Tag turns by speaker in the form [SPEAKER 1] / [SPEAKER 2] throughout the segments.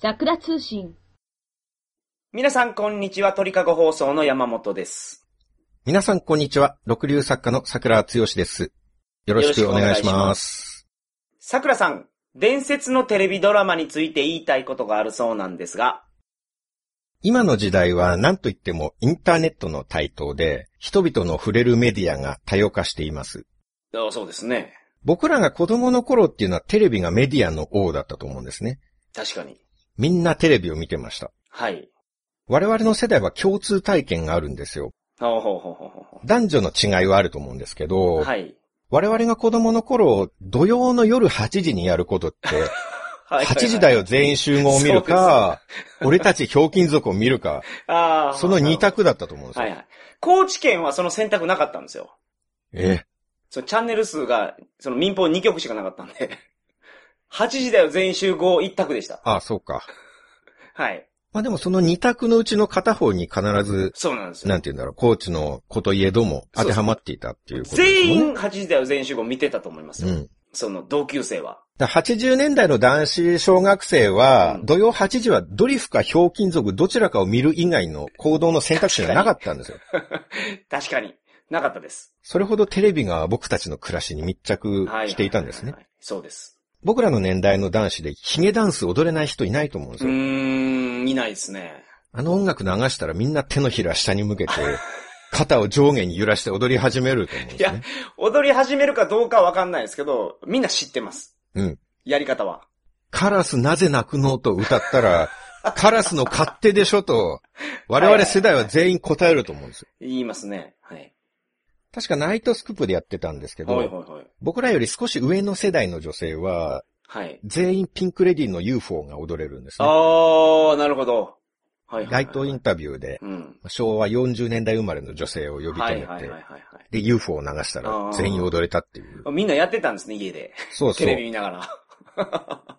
[SPEAKER 1] 桜通信。
[SPEAKER 2] 皆さん、こんにちは。鳥かご放送の山本です。
[SPEAKER 3] 皆さん、こんにちは。六流作家の桜剛です。よろしく
[SPEAKER 2] よろしく
[SPEAKER 3] お願いし
[SPEAKER 2] お願いしま
[SPEAKER 3] ます。
[SPEAKER 2] さくらさん、伝説のテレビドラマについて言いたいことがあるそうなんですが、
[SPEAKER 3] 今の時代は何と言ってもインターネットの台頭で、人々の触れるメディアが多様化しています。
[SPEAKER 2] あそうですね。
[SPEAKER 3] 僕らが子供の頃っていうのはテレビがメディアの王だったと思うんですね。
[SPEAKER 2] 確かに。
[SPEAKER 3] みんなテレビを見てました。
[SPEAKER 2] はい。
[SPEAKER 3] 我々の世代は共通体験があるんですよ。
[SPEAKER 2] ほうほうほうほうほ
[SPEAKER 3] 男女の違いはあると思うんですけど、
[SPEAKER 2] う。はい。
[SPEAKER 3] 我々が子供の頃、土曜の夜8時にやることって、
[SPEAKER 2] はい
[SPEAKER 3] 8時だよ。全員集合を見るか、俺たちひょうきん族を見るか、
[SPEAKER 2] ああ。
[SPEAKER 3] その二択だったと思うんですよ。
[SPEAKER 2] はいはい。高知県はその選択なかったんですよ。
[SPEAKER 3] ええ
[SPEAKER 2] そのチャンネル数が、その民放2局しかなかったんで。8時だよ、全員集合一択でした。
[SPEAKER 3] ああ、そうか。
[SPEAKER 2] はい。
[SPEAKER 3] まあでもその二択のうちの片方に必ず、
[SPEAKER 2] そうなんですよ。
[SPEAKER 3] なんて言うんだろう、コーチのこといえども当てはまっていたっていうことです
[SPEAKER 2] 全
[SPEAKER 3] もん
[SPEAKER 2] 員
[SPEAKER 3] ね。
[SPEAKER 2] 8時だよ、全員集合見てたと思いますよ。
[SPEAKER 3] うん。
[SPEAKER 2] その同級生は。
[SPEAKER 3] だから80年代の男子小学生は、
[SPEAKER 2] うん
[SPEAKER 3] 土曜8時はドリフかひょうきん族どちらかを見る以外の行動の選択肢がなかったんですよ。
[SPEAKER 2] 確かに。なかったです。
[SPEAKER 3] それほどテレビが僕たちの暮らしに密着
[SPEAKER 2] はい。
[SPEAKER 3] していたんですね
[SPEAKER 2] は。いはいはいそうです。
[SPEAKER 3] 僕らの年代の男子でヒゲダンス踊れない人いないと思うんで
[SPEAKER 2] う
[SPEAKER 3] すよ。
[SPEAKER 2] ーん、いないですね。
[SPEAKER 3] あの音楽流したらみんな手のひら下に向けて、肩を上下に揺らして踊り始めると思うんですね。
[SPEAKER 2] 踊り始めるかどうかはわかんないですけど、みんな知ってます。
[SPEAKER 3] うん。
[SPEAKER 2] やり方は。
[SPEAKER 3] カラスなぜ泣くのと歌ったら、カラスの勝手でしょと、我々世代は全員答えると思うんですよ。
[SPEAKER 2] 言いますね。はい。
[SPEAKER 3] 確かナイトスクープでやってたんですけ
[SPEAKER 2] はいは
[SPEAKER 3] ど、
[SPEAKER 2] いはい。
[SPEAKER 3] 僕らより少し上の世代の女性は、
[SPEAKER 2] はい。
[SPEAKER 3] 全員ピンクレディーの UFO が踊れるんですね。
[SPEAKER 2] あー、なるほど。はいはい、はい。
[SPEAKER 3] 街頭インタビューで、
[SPEAKER 2] うん。
[SPEAKER 3] 昭和40年代生まれの女性を呼び
[SPEAKER 2] はい
[SPEAKER 3] 止
[SPEAKER 2] はいはい
[SPEAKER 3] め
[SPEAKER 2] はい
[SPEAKER 3] て、
[SPEAKER 2] はい。
[SPEAKER 3] で、UFO を流したら全員踊れたっ ていう。
[SPEAKER 2] みんなやってたんですね、家で。
[SPEAKER 3] そうそ
[SPEAKER 2] テ
[SPEAKER 3] う
[SPEAKER 2] レ。ビ見ながら。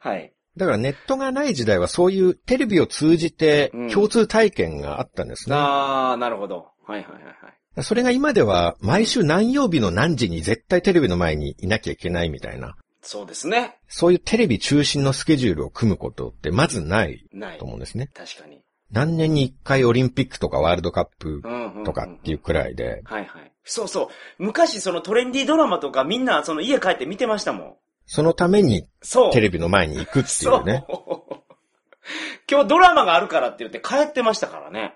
[SPEAKER 2] はい。
[SPEAKER 3] だからネットがない時代はそういうテレビを通じて
[SPEAKER 2] うん
[SPEAKER 3] 共通体験があったんですね。
[SPEAKER 2] あー、なるほど。はいはいはいはい。
[SPEAKER 3] それが今では毎週何曜日の何時に絶対テレビの前にいなきゃいけないみたいな、
[SPEAKER 2] そうですね。
[SPEAKER 3] そういうテレビ中心のスケジュールを組むことってまずない
[SPEAKER 2] ない
[SPEAKER 3] と。思うんですね。
[SPEAKER 2] 確かに。
[SPEAKER 3] 何年に一回オリンピックとかワールドカップ
[SPEAKER 2] うんうんうん、
[SPEAKER 3] とかっていう。くらいで、
[SPEAKER 2] はいはい。そうそう。昔そのトレンディードラマとかみんなその家帰って見てましたもん。
[SPEAKER 3] そのために
[SPEAKER 2] そう。
[SPEAKER 3] テレ
[SPEAKER 2] ビ
[SPEAKER 3] ビの前に行くっていうね。
[SPEAKER 2] そう。 今日ドラマがあるからって言って帰ってましたからね。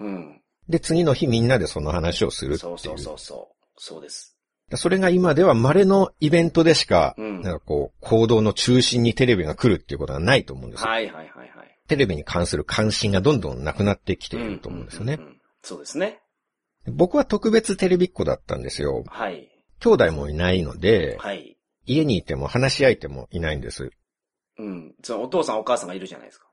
[SPEAKER 2] うん。
[SPEAKER 3] で、次の日みんなでその話をするってい。
[SPEAKER 2] そううそうそうそう。そうです。
[SPEAKER 3] それが今では稀のイベントでしか、
[SPEAKER 2] うん
[SPEAKER 3] なんかこう、行動の中心にテレビが来るっていうことはないと思うんですよ。
[SPEAKER 2] はいはいはいはい。
[SPEAKER 3] テレビに関する関心がどんどんなくなってきていると思うんですよね
[SPEAKER 2] う。んうんうんそうですね。
[SPEAKER 3] 僕は特別テレビっ子だったんですよ。
[SPEAKER 2] はい。
[SPEAKER 3] 兄弟もいないので、
[SPEAKER 2] はい。
[SPEAKER 3] 家にいても話し相手もいないんです。
[SPEAKER 2] うん。そのお父さんお母さんがいるじゃないですか。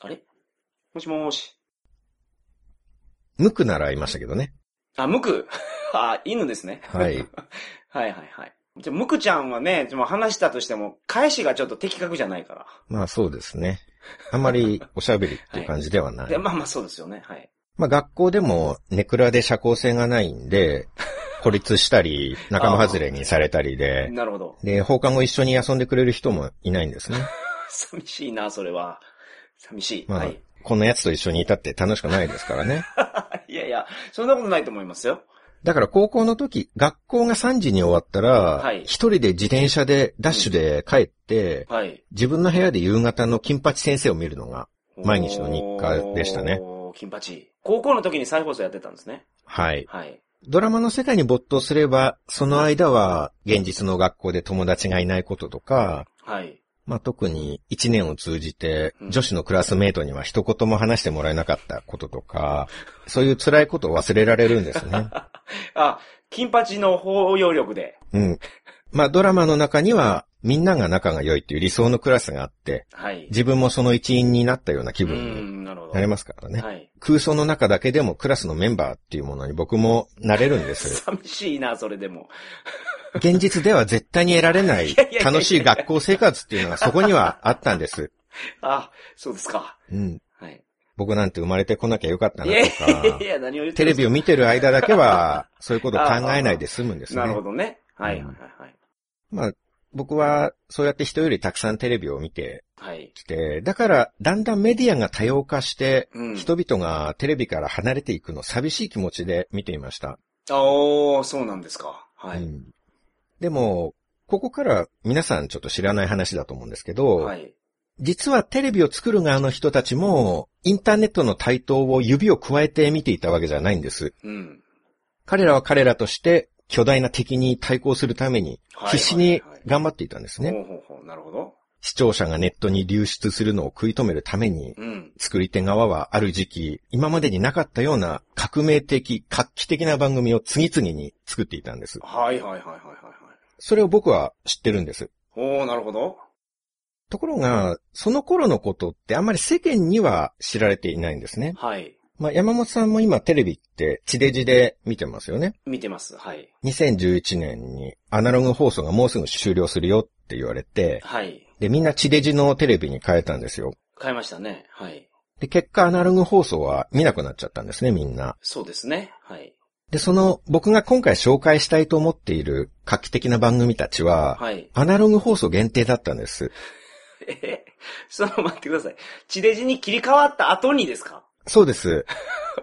[SPEAKER 2] あれもしもーし。
[SPEAKER 3] 無垢ならいましたけどね。
[SPEAKER 2] あ、ムク。 あ、犬ですね。
[SPEAKER 3] はい。
[SPEAKER 2] はいはいはい。じゃあ、ムクちゃんはね、でも話したとしても、返しがちょっと的確じゃないか
[SPEAKER 3] まあそうですね。あんまりおしゃべりっていう感じではな
[SPEAKER 2] ら。
[SPEAKER 3] い。
[SPEAKER 2] で、まあまあそうですよね。はい。
[SPEAKER 3] まあ学校でもネクラで社交性がないんで、孤立したり、仲間外れにされたり で、
[SPEAKER 2] なるほど。
[SPEAKER 3] で、放課後一緒に遊んでくれる人もいないん ですね。
[SPEAKER 2] 寂しいな、それは。寂しい。
[SPEAKER 3] まあ、
[SPEAKER 2] はい。
[SPEAKER 3] こんな奴と一緒にいたって楽しくないですからね。
[SPEAKER 2] いやいや、そんなことないと思いますよ。
[SPEAKER 3] だから高校の時、学校が3時に終わったら、
[SPEAKER 2] はい
[SPEAKER 3] 一人で自転車でダッシュで帰って、
[SPEAKER 2] はい。
[SPEAKER 3] 自分の部屋で夕方の金八先生を見るのが、毎日の日課でしたね
[SPEAKER 2] おー。金八。高校の時に再放送やってたんですね。
[SPEAKER 3] はい。
[SPEAKER 2] はい。
[SPEAKER 3] ドラマの世界に没頭すれば、その間は現実の学校で友達がいないこととか、
[SPEAKER 2] はい。
[SPEAKER 3] まあ、特に1年を通じて
[SPEAKER 2] うん
[SPEAKER 3] 女子のクラスメートには一言も話してもらえなかったこととか、そういう辛いことを忘れられるんですね。
[SPEAKER 2] あ、金八の包容力で。
[SPEAKER 3] うん。まあ、ドラマの中には、みんなが仲が良いっていう理想のクラスがあって、
[SPEAKER 2] はい。
[SPEAKER 3] 自分もその一員になったような気
[SPEAKER 2] う
[SPEAKER 3] 分に
[SPEAKER 2] ん、なるほど。
[SPEAKER 3] なれますからね。
[SPEAKER 2] はい。
[SPEAKER 3] 空想の中だけでもクラスのメンバーっていうものに僕もなれるんですよ。
[SPEAKER 2] 寂しいな、それでも。
[SPEAKER 3] 現実では絶対に得られない
[SPEAKER 2] やいやいやいや
[SPEAKER 3] 楽しい学校生活っていうのがそこにはあったんです。
[SPEAKER 2] あ、そうですか。
[SPEAKER 3] うん。
[SPEAKER 2] はい。
[SPEAKER 3] 僕なんて生まれてこなきゃよかった
[SPEAKER 2] い
[SPEAKER 3] な
[SPEAKER 2] や
[SPEAKER 3] と
[SPEAKER 2] いや
[SPEAKER 3] か
[SPEAKER 2] い、や、何を言って
[SPEAKER 3] テ
[SPEAKER 2] る
[SPEAKER 3] レ
[SPEAKER 2] んで
[SPEAKER 3] ビを見てる間だけは、そういうことを考えないで済むんです す
[SPEAKER 2] かなるほ
[SPEAKER 3] ね。
[SPEAKER 2] どね。はいはいはいはい。
[SPEAKER 3] まあ、僕はそうやって人よりたくさんテレビを見て
[SPEAKER 2] はい。
[SPEAKER 3] きて、だからだんだんメディアが多様化して、
[SPEAKER 2] うん。
[SPEAKER 3] 人々がテレビから離れていくの寂しい気持ちで見ていまし
[SPEAKER 2] あ
[SPEAKER 3] た。
[SPEAKER 2] ー、そうなんですか。は
[SPEAKER 3] う
[SPEAKER 2] い。
[SPEAKER 3] んでも、ここから皆さんちょっと知らない話だと思うんですけど、
[SPEAKER 2] はい。
[SPEAKER 3] 実はテレビを作る側の人たちも、インターネットの台頭を指を加えて見ていたわけじゃないんです。
[SPEAKER 2] うん。
[SPEAKER 3] 彼らは彼らとして、巨大な敵に対抗するために、
[SPEAKER 2] はい
[SPEAKER 3] 必死に
[SPEAKER 2] はい
[SPEAKER 3] 頑張っていたんですね。
[SPEAKER 2] ほうほうほう、なるほど。
[SPEAKER 3] 視聴者がネットに流出するのを食い止めるために、
[SPEAKER 2] うん。
[SPEAKER 3] 作り手側はある時期、今までになかったような革命的、画期的な番組を次々に作っていたんです。
[SPEAKER 2] はいはいはいはいはいはい。
[SPEAKER 3] それを僕は知ってるんです。
[SPEAKER 2] おー、なるほど。
[SPEAKER 3] ところが、その頃のことってあんまり世間には知られていないんですね。
[SPEAKER 2] はい。
[SPEAKER 3] まあ、山本さんも今テレビって地デジで見てますよね。
[SPEAKER 2] 見てます。はい。
[SPEAKER 3] 2011年にアナログ放送がもうすぐ終了するよって言われて、
[SPEAKER 2] はい。
[SPEAKER 3] で、みんな地デジのテレビに変えたんですよ。
[SPEAKER 2] 買いましたね。はい。
[SPEAKER 3] で、結果アナログ放送は見なくなっちゃったんですね、みんな。
[SPEAKER 2] そうですね。はい。
[SPEAKER 3] で、その僕が今回紹介したいと思っている画期的な番組たちは、
[SPEAKER 2] はい。
[SPEAKER 3] アナログ放送限定だったんです。
[SPEAKER 2] えその待ってください。地デジに切り替わった後にですか
[SPEAKER 3] そうです。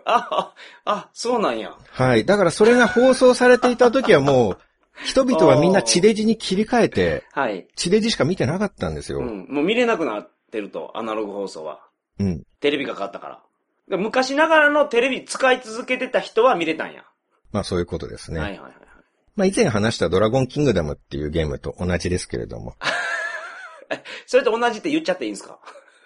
[SPEAKER 2] あ、あ、あ、そうなんや。
[SPEAKER 3] はい。だからそれが放送されていた時はもう、人々はみんな地デジに切り替えて、
[SPEAKER 2] はい。
[SPEAKER 3] 地デジしか見てなかったんですよ。
[SPEAKER 2] うん。もう見れなくなってると、アナログ放送は。
[SPEAKER 3] うん。
[SPEAKER 2] テレビが変わったから。で昔ながらのテレビ使い続けてた人は見れたんや。
[SPEAKER 3] まあそういうことですね。
[SPEAKER 2] はいはいはいはい。
[SPEAKER 3] まあ以前話したドラゴンキングダムっていうゲームと同じですけれども。
[SPEAKER 2] それと同じって言っちゃっていいんですか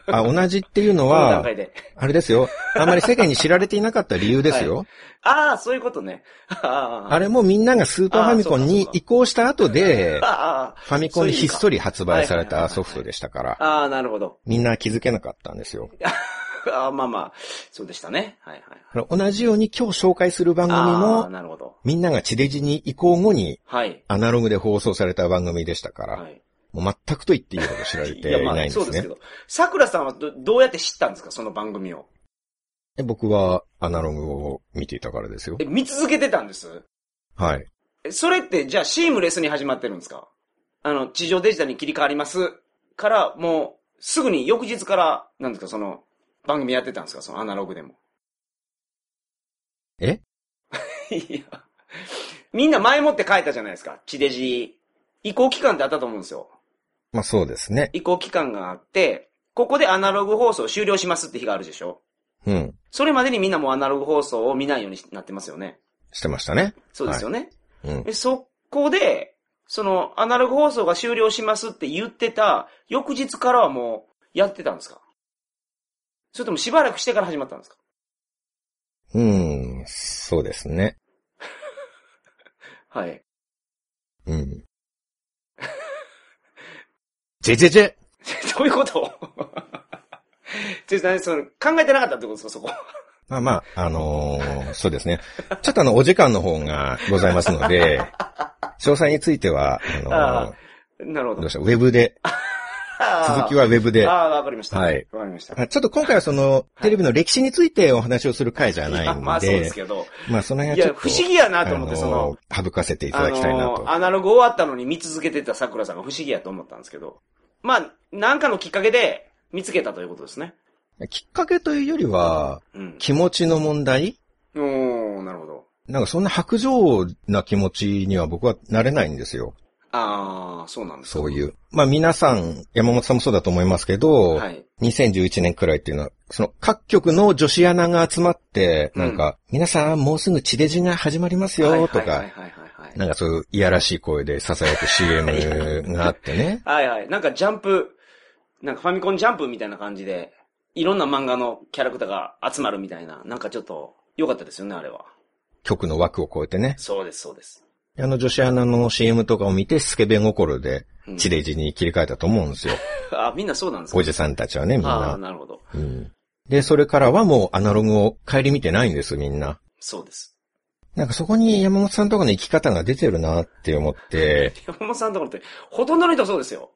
[SPEAKER 3] あ、同じっていうの
[SPEAKER 2] この段
[SPEAKER 3] は、
[SPEAKER 2] 階で。
[SPEAKER 3] あれですよ。あんまり世間に知られていなかった理由ですよ。
[SPEAKER 2] ああ、そういうことね。 あ
[SPEAKER 3] あ
[SPEAKER 2] れ
[SPEAKER 3] れもみんながスーパーファミコンに
[SPEAKER 2] あそうかそうか
[SPEAKER 3] 移行した後で、
[SPEAKER 2] ああ、
[SPEAKER 3] ファミコンにひっそり発売されたソフトでしたから、
[SPEAKER 2] ああ、なるほど。
[SPEAKER 3] みんな気づけなかったんですよ。
[SPEAKER 2] ああ、まあまあ、そうでしたね。はいはい。
[SPEAKER 3] 同じように今日紹介する番組
[SPEAKER 2] ああ、
[SPEAKER 3] も、
[SPEAKER 2] なるほど。
[SPEAKER 3] みんなが地デジに移行後に
[SPEAKER 2] はい。
[SPEAKER 3] アナログで放送された番組でしたから、
[SPEAKER 2] はい。
[SPEAKER 3] もう全くと言っていいほど知られてい
[SPEAKER 2] や
[SPEAKER 3] な
[SPEAKER 2] ま
[SPEAKER 3] いん
[SPEAKER 2] あ、
[SPEAKER 3] で
[SPEAKER 2] そう
[SPEAKER 3] す
[SPEAKER 2] ですけ。
[SPEAKER 3] ね
[SPEAKER 2] ど。桜さんはどどうやって知ったんですかその番組を。
[SPEAKER 3] で僕はアナログを見ていたからですよ
[SPEAKER 2] え、。見続けてたんです
[SPEAKER 3] はい。
[SPEAKER 2] えそれって、じゃあシームレスに始まってるんですかあの、地上デジタルに切り替わりますから、もう、すぐに翌日から、なんですか、その、番組やってたんですかそのアナログでも。
[SPEAKER 3] え
[SPEAKER 2] いや。みんな前もって書いたじゃないですか。地デジ。移行期間ってあったと思うんですよ。
[SPEAKER 3] まあそうですね。
[SPEAKER 2] 移行期間があって、ここでアナログ放送終了しますって日があるでしょ
[SPEAKER 3] うん。
[SPEAKER 2] それまでにみんなもうアナログ放送を見ないようになってますよね。
[SPEAKER 3] してましたね。
[SPEAKER 2] そうですよね。
[SPEAKER 3] うん。
[SPEAKER 2] でそこで、その、アナログ放送が終了しますって言ってた、翌日からはもう、やってたんですかそれともしばらくしてから始まったんですか
[SPEAKER 3] うん。そうですね。
[SPEAKER 2] はい。
[SPEAKER 3] うん。ジェジェジェ
[SPEAKER 2] どういうこと ちょっと何その、考えてなかったってことですかそこ。
[SPEAKER 3] まあまあ、あのーそうですね。ちょっとあの、お時間の方がございますの で、詳細については、あのー
[SPEAKER 2] あなるほ
[SPEAKER 3] どう
[SPEAKER 2] ど。
[SPEAKER 3] したウェブで、続きはウェブで。
[SPEAKER 2] ああ、わかりました。
[SPEAKER 3] はい。
[SPEAKER 2] わかりました。
[SPEAKER 3] あちょっと今回はその、テレビの歴史についてお話をする回じゃない
[SPEAKER 2] あ
[SPEAKER 3] んで、
[SPEAKER 2] まあそうですけど。
[SPEAKER 3] まあその
[SPEAKER 2] い
[SPEAKER 3] 辺はちょ
[SPEAKER 2] や、
[SPEAKER 3] っと、
[SPEAKER 2] 不思議やなと思って、
[SPEAKER 3] あ
[SPEAKER 2] その
[SPEAKER 3] の、ー省かせていた
[SPEAKER 2] あ
[SPEAKER 3] だきたいなと。
[SPEAKER 2] のーアナログ終わったのに見続けてた桜さんが不思議やと思ったんですけど。まあ、なんかのきっかけで見つけたということですね。
[SPEAKER 3] きっかけというよりは、
[SPEAKER 2] うん。
[SPEAKER 3] 気持ちの問題
[SPEAKER 2] おー、なるほど。
[SPEAKER 3] なんかそんな白状な気持ちには僕はなれないんですよ。
[SPEAKER 2] あー、そうなんですか
[SPEAKER 3] そういう。まあ皆さん、山本さんもそうだと思いますけど、
[SPEAKER 2] はい。
[SPEAKER 3] 2011年くらいっていうのは、その各局の女子アナが集まって、
[SPEAKER 2] うん
[SPEAKER 3] なんか、皆さんもうすぐ地デジが始まります
[SPEAKER 2] はい
[SPEAKER 3] よと
[SPEAKER 2] はい
[SPEAKER 3] か、
[SPEAKER 2] はいはいは。
[SPEAKER 3] ないんかそういういやらしい声で囁く CM があってね。
[SPEAKER 2] はいはい。なんかジャンプ、なんかファミコンジャンプみたいな感じで、いろんな漫画のキャラクターが集まるみたいな、なんかちょっと、良かったですよね、あれは。
[SPEAKER 3] 局の枠を超えてね。
[SPEAKER 2] そうです、そうです。
[SPEAKER 3] あの女子アナの CM とかを見て、スケベ心で
[SPEAKER 2] うん
[SPEAKER 3] 地デジに切り替えたと思うんですよ。
[SPEAKER 2] あ、みんなそうなんですか
[SPEAKER 3] おじさんたちはね、みん
[SPEAKER 2] あ
[SPEAKER 3] な
[SPEAKER 2] ー、。なるほど。
[SPEAKER 3] うんで、それからはもうアナログを帰り見てないんです、みんな。
[SPEAKER 2] そうです。
[SPEAKER 3] なんかそこに山本さんとかの生き方が出てるなって思って、
[SPEAKER 2] 山本さんのところって、ほとんどの人そうですよ。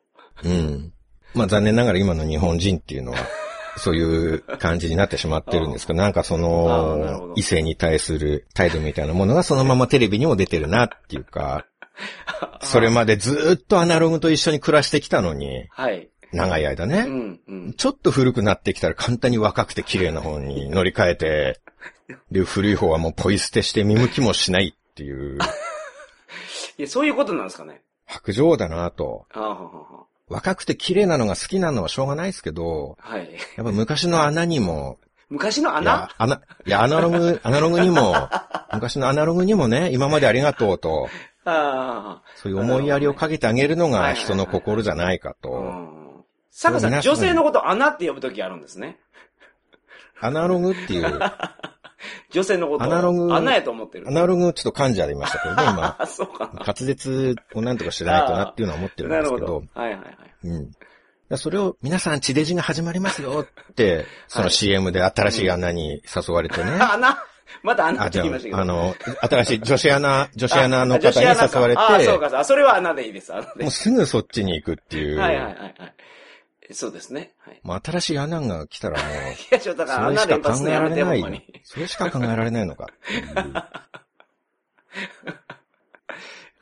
[SPEAKER 3] うん。まあ残念ながら今の日本人っていうのは、 そういう感じになってしまってるんですけど、なんかそ
[SPEAKER 2] あーなるほど
[SPEAKER 3] の、異性に対する態度みたいなものがそのままテレビにも出てるなっていうか、それまでずーっとアナログと一緒に暮らしてきたのに、
[SPEAKER 2] はい。
[SPEAKER 3] 長い間
[SPEAKER 2] う
[SPEAKER 3] ね。
[SPEAKER 2] ん、うん。
[SPEAKER 3] ちょっと古くなってきたら簡単に若くて綺麗な方に乗り換えて、で、古い方はもうポイ捨てして見向きもしないっていう、
[SPEAKER 2] いや、そういうことなんですかね。
[SPEAKER 3] 白状だなと。
[SPEAKER 2] ああ、はは
[SPEAKER 3] 若くて綺麗なのが好きなのはしょうがないですけど、
[SPEAKER 2] はい。
[SPEAKER 3] やっぱ昔の穴にも、
[SPEAKER 2] 昔の
[SPEAKER 3] い
[SPEAKER 2] 穴
[SPEAKER 3] や、穴、いや、アナ ログ、アナログにも、昔のアナログにもね、今までありがとうと、
[SPEAKER 2] あ
[SPEAKER 3] そういう思いやりをかけてあげるの
[SPEAKER 2] はいは
[SPEAKER 3] が
[SPEAKER 2] いはい
[SPEAKER 3] 人の心じゃないか
[SPEAKER 2] あ。う
[SPEAKER 3] と。
[SPEAKER 2] ん。サカさん、
[SPEAKER 3] そう皆さん
[SPEAKER 2] 女性のこと穴って呼ぶときあるんですね。
[SPEAKER 3] アナログっ ていう、ア
[SPEAKER 2] 女性のこと。
[SPEAKER 3] アナログ
[SPEAKER 2] 穴やと思ってる。
[SPEAKER 3] ナログちょっと噛んじゃいましたけどね、今。
[SPEAKER 2] あ、そうか
[SPEAKER 3] 滑舌をなんとかしないとなっていうのは思って
[SPEAKER 2] な。
[SPEAKER 3] るん
[SPEAKER 2] なる
[SPEAKER 3] です
[SPEAKER 2] ほ
[SPEAKER 3] けど、
[SPEAKER 2] ど。はいはいはい。
[SPEAKER 3] うん。だからそれを、皆さん、地デジが始まりますよって、その CM で新しい穴に誘われてね。
[SPEAKER 2] あ穴また穴
[SPEAKER 3] あ、
[SPEAKER 2] っ
[SPEAKER 3] じ
[SPEAKER 2] て
[SPEAKER 3] ゃ
[SPEAKER 2] 言いましたけど。
[SPEAKER 3] あ、あの、新しい女子アナ、女子アナの
[SPEAKER 2] あ女
[SPEAKER 3] 方
[SPEAKER 2] 子
[SPEAKER 3] に
[SPEAKER 2] アナか
[SPEAKER 3] 誘われ
[SPEAKER 2] ああ、そう
[SPEAKER 3] て、
[SPEAKER 2] かそう。あそれは穴でいいです。穴で
[SPEAKER 3] もう。すぐそっちに行くっていう。
[SPEAKER 2] はいはいはいはい。そうですね。はい。
[SPEAKER 3] もう新しい穴が来たら もう、
[SPEAKER 2] いや、ちょっとだから
[SPEAKER 3] それ
[SPEAKER 2] 穴
[SPEAKER 3] し
[SPEAKER 2] 連
[SPEAKER 3] か
[SPEAKER 2] 発
[SPEAKER 3] 考
[SPEAKER 2] の
[SPEAKER 3] え
[SPEAKER 2] やめ
[SPEAKER 3] ら
[SPEAKER 2] て、
[SPEAKER 3] れ
[SPEAKER 2] ほ
[SPEAKER 3] なん
[SPEAKER 2] まに
[SPEAKER 3] い。。それしか考えられないのかっていう。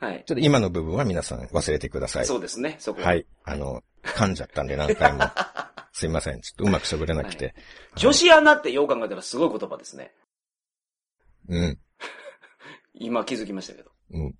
[SPEAKER 2] はい。
[SPEAKER 3] ちょっと今の部分は皆さん忘れてください。
[SPEAKER 2] そうですね、そこ。
[SPEAKER 3] はい。あの、噛んじゃったんで 何回も。すいません。ちょっとうまく喋れなくて。
[SPEAKER 2] 女子アナってよう考えたらすごい言葉ですね。
[SPEAKER 3] うん。
[SPEAKER 2] 今気づきましたけど。
[SPEAKER 3] うん。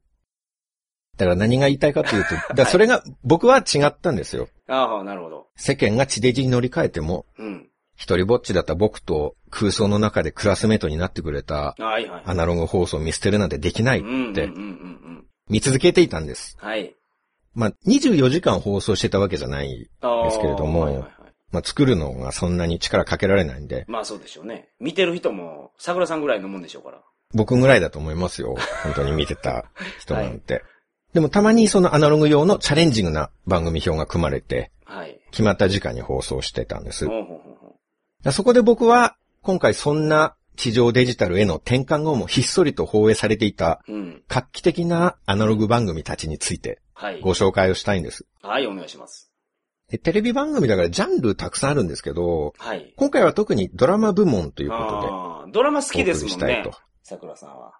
[SPEAKER 3] だから何が言いたいかという と、だからそれが、僕は違ったんですよ。
[SPEAKER 2] ああ、なるほど。
[SPEAKER 3] 世間が地デジに乗り換えても、
[SPEAKER 2] うん。
[SPEAKER 3] 一人ぼっちだった僕と空想の中でクラスメートになってくれた
[SPEAKER 2] はいはい。
[SPEAKER 3] アナログ放送を見捨てるなんてできない
[SPEAKER 2] うんうんうん
[SPEAKER 3] っ
[SPEAKER 2] うんう
[SPEAKER 3] て
[SPEAKER 2] ん。
[SPEAKER 3] 見続けていたんです。
[SPEAKER 2] はい。
[SPEAKER 3] まあ、24時間放送してたわけじゃない。
[SPEAKER 2] ああ
[SPEAKER 3] ですけれども
[SPEAKER 2] はいはいはい
[SPEAKER 3] まあ、作るのがそんなに力かけられないんで、
[SPEAKER 2] まあそうでしょうね。見てる人も、桜さんぐらいのもんでしょうから。
[SPEAKER 3] 僕ぐらいだと思いますよ。本当に見てた人なんて。でもたまにそのアナログ用のチャレンジングな番組表が組まれて、
[SPEAKER 2] はい。
[SPEAKER 3] 決まった時間に放送してたんです。だか
[SPEAKER 2] ほうほうほうほ
[SPEAKER 3] らそこで僕は、今回そんな地上デジタルへの転換後もひっそりと放映されていた
[SPEAKER 2] ううん。
[SPEAKER 3] 画期的なアナログ番組たちについて
[SPEAKER 2] はい
[SPEAKER 3] ご。紹介をしたいんです。
[SPEAKER 2] はい、お願いします。
[SPEAKER 3] でテレビ番組だからジャンルたくさんあるんですけど、
[SPEAKER 2] はい。
[SPEAKER 3] 今回は特にドラマ部門ということで、
[SPEAKER 2] ああ、ドラマ好きですもんね
[SPEAKER 3] お送りしたいと。
[SPEAKER 2] 桜さんは。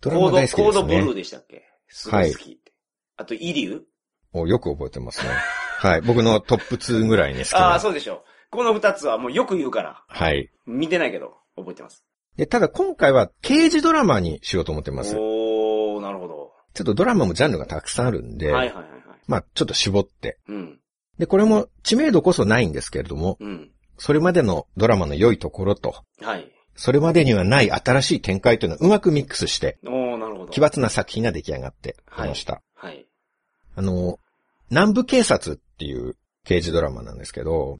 [SPEAKER 3] ドラマ大
[SPEAKER 2] コー
[SPEAKER 3] 好きで
[SPEAKER 2] ド
[SPEAKER 3] す
[SPEAKER 2] コードブル
[SPEAKER 3] ね
[SPEAKER 2] ー。でしたっけすごい好きって。あと、イリュウ
[SPEAKER 3] およく覚え てますね。はい。僕のトップ2ぐらいに好き
[SPEAKER 2] あ
[SPEAKER 3] な。
[SPEAKER 2] あ、そうでしょう。この二つはもうよく言うから。
[SPEAKER 3] はい。
[SPEAKER 2] 見てないけど、覚えてます。
[SPEAKER 3] で、ただ今回は刑事ドラマにしようと思ってます。
[SPEAKER 2] おー、なるほど。
[SPEAKER 3] ちょっとドラマもジャンルがたくさんあるんで、
[SPEAKER 2] はいはいはいはい。
[SPEAKER 3] まあちょっと絞って。
[SPEAKER 2] うん、
[SPEAKER 3] で、これも知名度こそないんですけれども、
[SPEAKER 2] うん。
[SPEAKER 3] それまでのドラマの良いところと、
[SPEAKER 2] はい。
[SPEAKER 3] それまでにはない新しい展開というのをうまくミックスして、
[SPEAKER 2] おー、なるほど。
[SPEAKER 3] 奇抜な作品が出来上がってきました。
[SPEAKER 2] はい。
[SPEAKER 3] あの、南部警察っていう刑事ドラマなんですけど、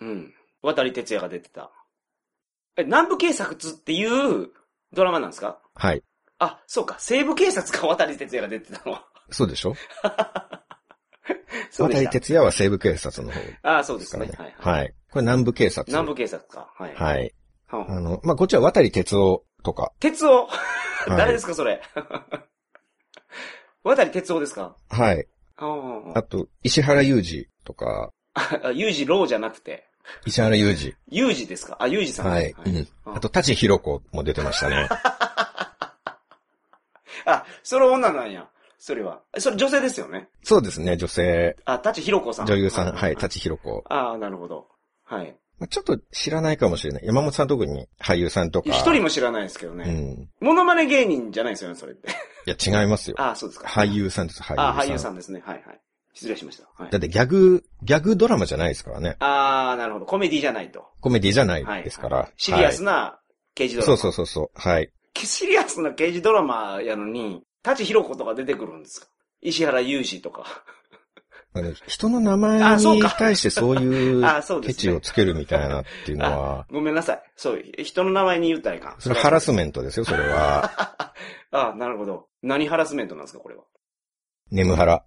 [SPEAKER 2] うん。渡哲也が出てた。え、南部警察っていうドラマなんですか
[SPEAKER 3] はい。
[SPEAKER 2] あ、そうか。西部警察か渡哲也が出てたの は。
[SPEAKER 3] そうでしょ
[SPEAKER 2] そうで
[SPEAKER 3] 渡
[SPEAKER 2] した。
[SPEAKER 3] 哲也は西部警察の方で
[SPEAKER 2] あー、そうですす
[SPEAKER 3] から
[SPEAKER 2] ね
[SPEAKER 3] ね。。
[SPEAKER 2] はい、はい。
[SPEAKER 3] はい。これ南部警察。
[SPEAKER 2] 南部警察か。はい。い。
[SPEAKER 3] はい。あの、まあ、こっちは渡哲夫とか。
[SPEAKER 2] 鉄夫
[SPEAKER 3] はい
[SPEAKER 2] 誰ですか、それ。 渡哲夫ですか
[SPEAKER 3] はい。
[SPEAKER 2] あ
[SPEAKER 3] あ
[SPEAKER 2] ー
[SPEAKER 3] と、石原裕二とか、
[SPEAKER 2] あ、ユージローじゃなくて、
[SPEAKER 3] 石原裕二。
[SPEAKER 2] ユージですかあ、ユージさん。
[SPEAKER 3] はい。うん。
[SPEAKER 2] あ
[SPEAKER 3] あと、舘ひろ子も出てました ね。
[SPEAKER 2] あ、それ女なんや。それは。それ女性ですよね。
[SPEAKER 3] そうですね、女性、
[SPEAKER 2] あ、タチヒロコさん。
[SPEAKER 3] 女優さん、はい、
[SPEAKER 2] タチ。
[SPEAKER 3] 舘ひろ子。
[SPEAKER 2] ああ、なるほど。はい。
[SPEAKER 3] まあ、ちょっと知らないかもしれない。山本さん特に俳優さんとか。
[SPEAKER 2] 一人も知らないですけど
[SPEAKER 3] う
[SPEAKER 2] ね。
[SPEAKER 3] ん。
[SPEAKER 2] モノマネ芸人じゃないですよね、それって。
[SPEAKER 3] いや、違いますよ。
[SPEAKER 2] ああ、そうですか。
[SPEAKER 3] 俳。優さんです、俳優さ
[SPEAKER 2] あ
[SPEAKER 3] ん。
[SPEAKER 2] あ、俳優さんですね。はいはい。失礼しました。はい
[SPEAKER 3] だっ。てギャグ、ギャグドラマじゃないですからね。
[SPEAKER 2] ああ、なるほど。コメディじゃないと。
[SPEAKER 3] コメディじゃな
[SPEAKER 2] はいい。
[SPEAKER 3] ですから。
[SPEAKER 2] はいシリアス
[SPEAKER 3] は
[SPEAKER 2] な刑事
[SPEAKER 3] い
[SPEAKER 2] ドラ
[SPEAKER 3] そ
[SPEAKER 2] マ。
[SPEAKER 3] うそうそうそう。はい。
[SPEAKER 2] シリアスな刑事ドラマやのに、タチヒロコとか出てくるんですか石原裕二とか。
[SPEAKER 3] あの人の名
[SPEAKER 2] あ
[SPEAKER 3] 前
[SPEAKER 2] そう
[SPEAKER 3] に
[SPEAKER 2] か
[SPEAKER 3] 対してそうい
[SPEAKER 2] あ
[SPEAKER 3] う
[SPEAKER 2] そうで
[SPEAKER 3] ケ
[SPEAKER 2] すね
[SPEAKER 3] チをつけるみたいなっていうのは、
[SPEAKER 2] ごめんなさい。そう、人の名前に言ったらいかん。
[SPEAKER 3] それハラスメントですよ、それ は。
[SPEAKER 2] ああ、なるほど。何ハラスメントなんですか、これは。
[SPEAKER 3] 眠腹。
[SPEAKER 2] あ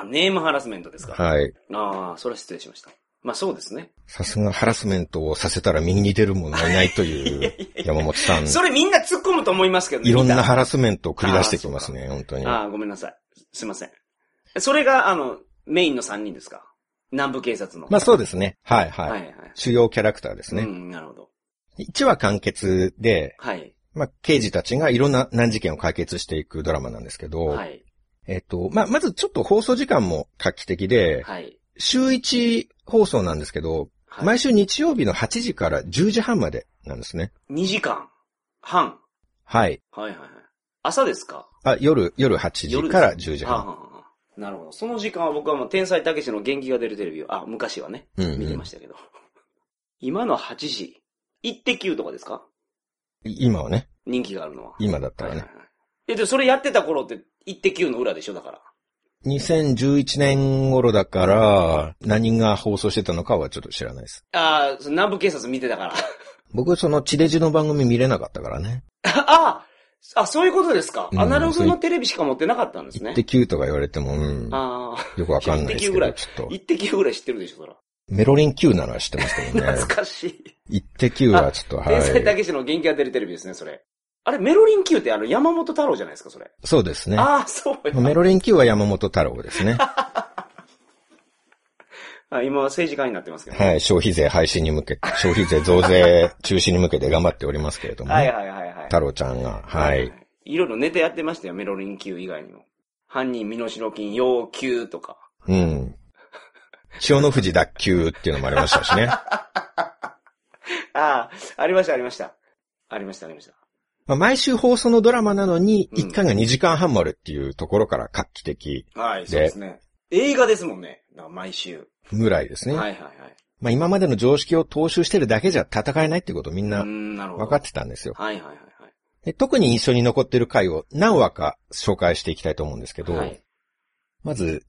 [SPEAKER 2] あ、ネームハラスメントですか。
[SPEAKER 3] はい。
[SPEAKER 2] ああ、それは失礼しました。まあそうですね。
[SPEAKER 3] さすがハラスメントをさせたら右に出る者はいないという山本さん。
[SPEAKER 2] それみんな突っ込むと思いますけどね。
[SPEAKER 3] いろんな
[SPEAKER 2] 見た
[SPEAKER 3] ハラスメントを繰り出してきますね、本当に。
[SPEAKER 2] ああ、ごめんなさい。すいません。それが、あの、メインの3人ですか南部警察の。
[SPEAKER 3] まあそうですね。はい
[SPEAKER 2] は
[SPEAKER 3] はいい。
[SPEAKER 2] はい。
[SPEAKER 3] 主要キャラクターです
[SPEAKER 2] う
[SPEAKER 3] ね。
[SPEAKER 2] ん、なるほど。
[SPEAKER 3] 一話完結で、
[SPEAKER 2] はい。
[SPEAKER 3] まあ刑事たちがいろんな難事件を解決していくドラマなんですけど、
[SPEAKER 2] はい。
[SPEAKER 3] えっと、まあ、まずちょっと放送時間も画期的で、
[SPEAKER 2] はい。
[SPEAKER 3] 週1放送なんですけど、
[SPEAKER 2] はい、
[SPEAKER 3] 毎週日曜日の8時から10時半までなんですね。
[SPEAKER 2] 2時間半。
[SPEAKER 3] はい。
[SPEAKER 2] はいはいはい。朝ですか
[SPEAKER 3] あ、夜、夜8時から10時
[SPEAKER 2] あ
[SPEAKER 3] 半。
[SPEAKER 2] ははなるほど。その時間は僕はもう天才たけしの元気が出るテレビを、あ、昔はね、
[SPEAKER 3] うんうん
[SPEAKER 2] 見てましたけど。今の8時、イッテ Q とかですか
[SPEAKER 3] 今はね、
[SPEAKER 2] 人気があるのは。
[SPEAKER 3] 今だった
[SPEAKER 2] はい
[SPEAKER 3] ら
[SPEAKER 2] はいは
[SPEAKER 3] ね
[SPEAKER 2] い。。え、で、それやってた頃って、イッテ Q の裏でしょだから。
[SPEAKER 3] 2011年頃だから、何が放送してたのかはちょっと知らないです。
[SPEAKER 2] ああ、その南部警察見てたから。
[SPEAKER 3] 僕、その地デジの番組見れなかったからね。
[SPEAKER 2] ああ、あ、そういうことですか。
[SPEAKER 3] うん
[SPEAKER 2] アナログのテレビしか持ってなかったんです
[SPEAKER 3] 行
[SPEAKER 2] ね
[SPEAKER 3] って。9とか言われても、うん、
[SPEAKER 2] ああ、
[SPEAKER 3] よくわかんないで
[SPEAKER 2] 1.9
[SPEAKER 3] すけ
[SPEAKER 2] ぐら
[SPEAKER 3] ど、
[SPEAKER 2] い
[SPEAKER 3] ちょっと
[SPEAKER 2] イ、ッテ Q ぐらい知ってるでしょ、そら。
[SPEAKER 3] メロリン9なのは知ってますけどね。
[SPEAKER 2] 懐かし い。
[SPEAKER 3] 行って9はちょっ と、は
[SPEAKER 2] 天才た
[SPEAKER 3] い。
[SPEAKER 2] けしの元気が出るテレビですね、それ。あれ、メロリン Q ってあの、山本太郎じゃないですか、それ。
[SPEAKER 3] そうですね。
[SPEAKER 2] ああ、そう
[SPEAKER 3] メ
[SPEAKER 2] や。
[SPEAKER 3] ロリン9は山本太郎ですね。
[SPEAKER 2] あ今は政治家になってますけど、ね。
[SPEAKER 3] はい、消費税廃止に向け て、消費税増税中止に向けて頑張っておりますけれども、
[SPEAKER 2] はいはいはいはい。
[SPEAKER 3] 太郎ちゃんが、はい。。
[SPEAKER 2] いろいろネタやってましたよ、メロリン Q 以外にも。犯人身代金要求とか。
[SPEAKER 3] うん。塩の富士脱臼っていうのもありました しね。
[SPEAKER 2] ああ、ありましたありました。ありましたありました。
[SPEAKER 3] まあ、毎週放送のドラマなのに、
[SPEAKER 2] うん
[SPEAKER 3] 1巻が2時間半もあるっていうところから画期的
[SPEAKER 2] はい、
[SPEAKER 3] で
[SPEAKER 2] そうですね。映画ですもんね。な毎週。
[SPEAKER 3] ぐらいです
[SPEAKER 2] は
[SPEAKER 3] ね。
[SPEAKER 2] いはいはい。
[SPEAKER 3] まあ、今までの常識を踏襲してるだけじゃ戦えないってことをみん
[SPEAKER 2] うー、
[SPEAKER 3] なん
[SPEAKER 2] なるほど。
[SPEAKER 3] 分かってたんですよ。
[SPEAKER 2] はいはいはいはい。
[SPEAKER 3] で特に印象に残ってる回を何話か紹介していきたいと思うんですけど、
[SPEAKER 2] はい、
[SPEAKER 3] まず、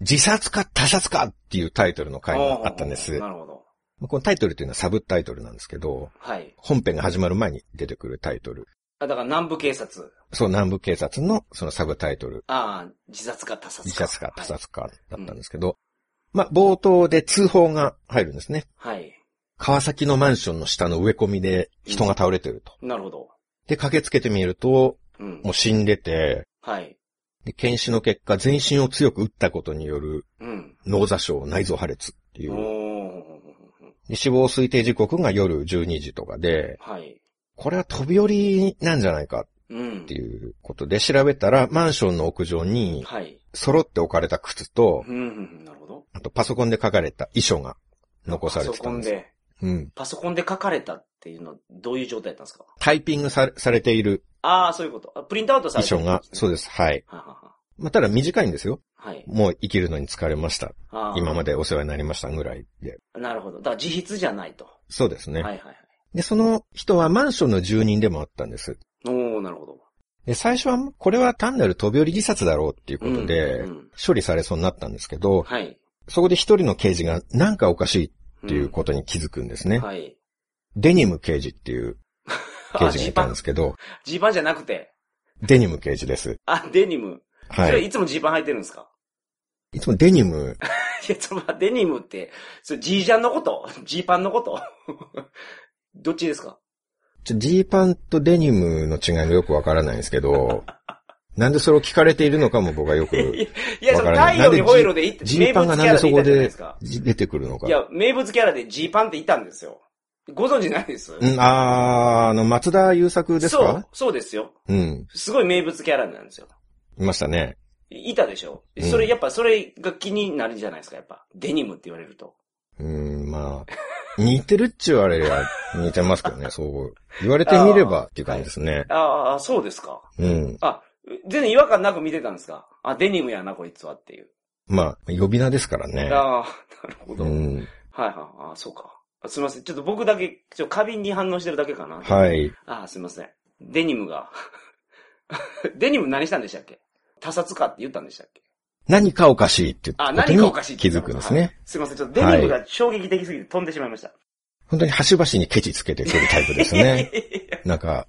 [SPEAKER 3] 自殺か他殺かっていうタイトルの回があったんです。
[SPEAKER 2] なるほど。
[SPEAKER 3] まあこのタイトルというのはサブタイトルなんですけど、
[SPEAKER 2] はい。
[SPEAKER 3] 本編が始まる前に出てくるタイトル。
[SPEAKER 2] あ、だから南部警察。
[SPEAKER 3] そう、南部警察のそのサブタイトル、
[SPEAKER 2] ああ、自殺か他殺か。
[SPEAKER 3] 自殺か他殺かだったんですけど、まあ、冒頭で通報が入るんですね。
[SPEAKER 2] はい。はい。
[SPEAKER 3] 川崎のマンションの下の植え込みで人が倒れてると。
[SPEAKER 2] なるほど。
[SPEAKER 3] で、駆けつけてみると、
[SPEAKER 2] うん
[SPEAKER 3] も。う死んでて、
[SPEAKER 2] はい。
[SPEAKER 3] で、検視の結果、全身を強く打ったことによる
[SPEAKER 2] うん。
[SPEAKER 3] 脳挫傷、内臓破裂ってい
[SPEAKER 2] お
[SPEAKER 3] う。
[SPEAKER 2] ー。
[SPEAKER 3] で死亡推定時刻が夜12時とかで、
[SPEAKER 2] はい。
[SPEAKER 3] これは飛び降りなんじゃないか
[SPEAKER 2] うん
[SPEAKER 3] って。いうことで調べたら、マンションの屋上に
[SPEAKER 2] はい。
[SPEAKER 3] 揃って置かれた靴と
[SPEAKER 2] う、んうんうん、なるほど。
[SPEAKER 3] あとパソコンで書かれた遺書が残されて
[SPEAKER 2] パソ
[SPEAKER 3] た
[SPEAKER 2] コ
[SPEAKER 3] ん
[SPEAKER 2] ン
[SPEAKER 3] です。
[SPEAKER 2] で、
[SPEAKER 3] うん。
[SPEAKER 2] パソコンで書かれたっていうのはどういう状態だったんですか
[SPEAKER 3] タイピングされされている
[SPEAKER 2] ああ、そういうこと。あプリントアウトさ
[SPEAKER 3] 遺
[SPEAKER 2] れて。
[SPEAKER 3] 書が、そうですす。はい。
[SPEAKER 2] はは
[SPEAKER 3] まあ、ただ短いんですよ。
[SPEAKER 2] ははい。
[SPEAKER 3] もう生きるのに疲れました。
[SPEAKER 2] ああ
[SPEAKER 3] 今までお世話になりましたぐらいで。
[SPEAKER 2] なるほど。だから自筆じゃないと。
[SPEAKER 3] そうですね。
[SPEAKER 2] はいはいはい。
[SPEAKER 3] で、その人はマンションの住人でもあったんです。
[SPEAKER 2] おおなるほど。
[SPEAKER 3] で、最初はこれは単なる飛び降り自殺だろうっていうことで、
[SPEAKER 2] うんうん
[SPEAKER 3] 処理されそうになったんですけど、
[SPEAKER 2] はい。
[SPEAKER 3] そこで一人の刑事がなんかおかしい
[SPEAKER 2] っ
[SPEAKER 3] っていうことに気づくんですね。
[SPEAKER 2] はい。
[SPEAKER 3] デニム刑事っていう
[SPEAKER 2] あ
[SPEAKER 3] 刑事が
[SPEAKER 2] ジ
[SPEAKER 3] い
[SPEAKER 2] ー
[SPEAKER 3] た
[SPEAKER 2] パ
[SPEAKER 3] んで
[SPEAKER 2] ン
[SPEAKER 3] す、けど、
[SPEAKER 2] ジーパンじゃなくて。
[SPEAKER 3] デニム刑事です。
[SPEAKER 2] あ、デニム。そ
[SPEAKER 3] は
[SPEAKER 2] れ
[SPEAKER 3] い。
[SPEAKER 2] いつもジーパン履いてるんですか、
[SPEAKER 3] いつもデニム、
[SPEAKER 2] い、や、そのデニムって、それジージャンのことジーパンのこと どっちですか
[SPEAKER 3] ちょジーパンとデニムの違いもよくわからないんです けど、なんでそれを聞かれているのかも僕はよく
[SPEAKER 2] い、やいや、いやその
[SPEAKER 3] わからない
[SPEAKER 2] 太陽にホイールでい
[SPEAKER 3] ジーパンがなんでそこ
[SPEAKER 2] 名物キャラいたじゃない
[SPEAKER 3] です
[SPEAKER 2] か
[SPEAKER 3] じ出てくるのか
[SPEAKER 2] い。や、名物キャラでジーパンっていたんですよ。ご存知ないです
[SPEAKER 3] うん、あー、あの、松田優作です
[SPEAKER 2] そ
[SPEAKER 3] か
[SPEAKER 2] う、そうですよ。
[SPEAKER 3] うん、
[SPEAKER 2] すごい名物キャラなんですよ。
[SPEAKER 3] いましたね。
[SPEAKER 2] いいたでしょ
[SPEAKER 3] うん
[SPEAKER 2] それ、やっぱ、それが気になるじゃないですか、やっぱ。デニムって言われると。
[SPEAKER 3] うん、まあ、似てるっちゅうあれりゃ似てますけ どね、そう。言われてみればっていう感じですね。
[SPEAKER 2] ああ、そうですか。
[SPEAKER 3] うん。
[SPEAKER 2] あ、全然違和感なく見てたんですかあ、デニムやな、こいつはっていう。
[SPEAKER 3] まあ、呼び名ですからね。
[SPEAKER 2] ああ、なるほど。
[SPEAKER 3] う
[SPEAKER 2] はい
[SPEAKER 3] ん。
[SPEAKER 2] はい、ああ、そうか。あすいません。ちょっと僕だけ、ちょっと過敏に反応してるだけかな。
[SPEAKER 3] はい。
[SPEAKER 2] ああ、すいません。デニムが。 デニム何したんでしたっけ他殺かって言ったんでしたっけ
[SPEAKER 3] 何かおかしいっていうこ
[SPEAKER 2] あ、
[SPEAKER 3] と
[SPEAKER 2] 何かおかしい
[SPEAKER 3] に
[SPEAKER 2] っ
[SPEAKER 3] 気
[SPEAKER 2] て言
[SPEAKER 3] づ
[SPEAKER 2] った
[SPEAKER 3] くん
[SPEAKER 2] の
[SPEAKER 3] です
[SPEAKER 2] はい
[SPEAKER 3] ね。
[SPEAKER 2] すいません。ちょっとデニムが衝撃的すぎて飛んでしまいました。
[SPEAKER 3] 本当に端々にケチつけてくるタイプです ね。なんか、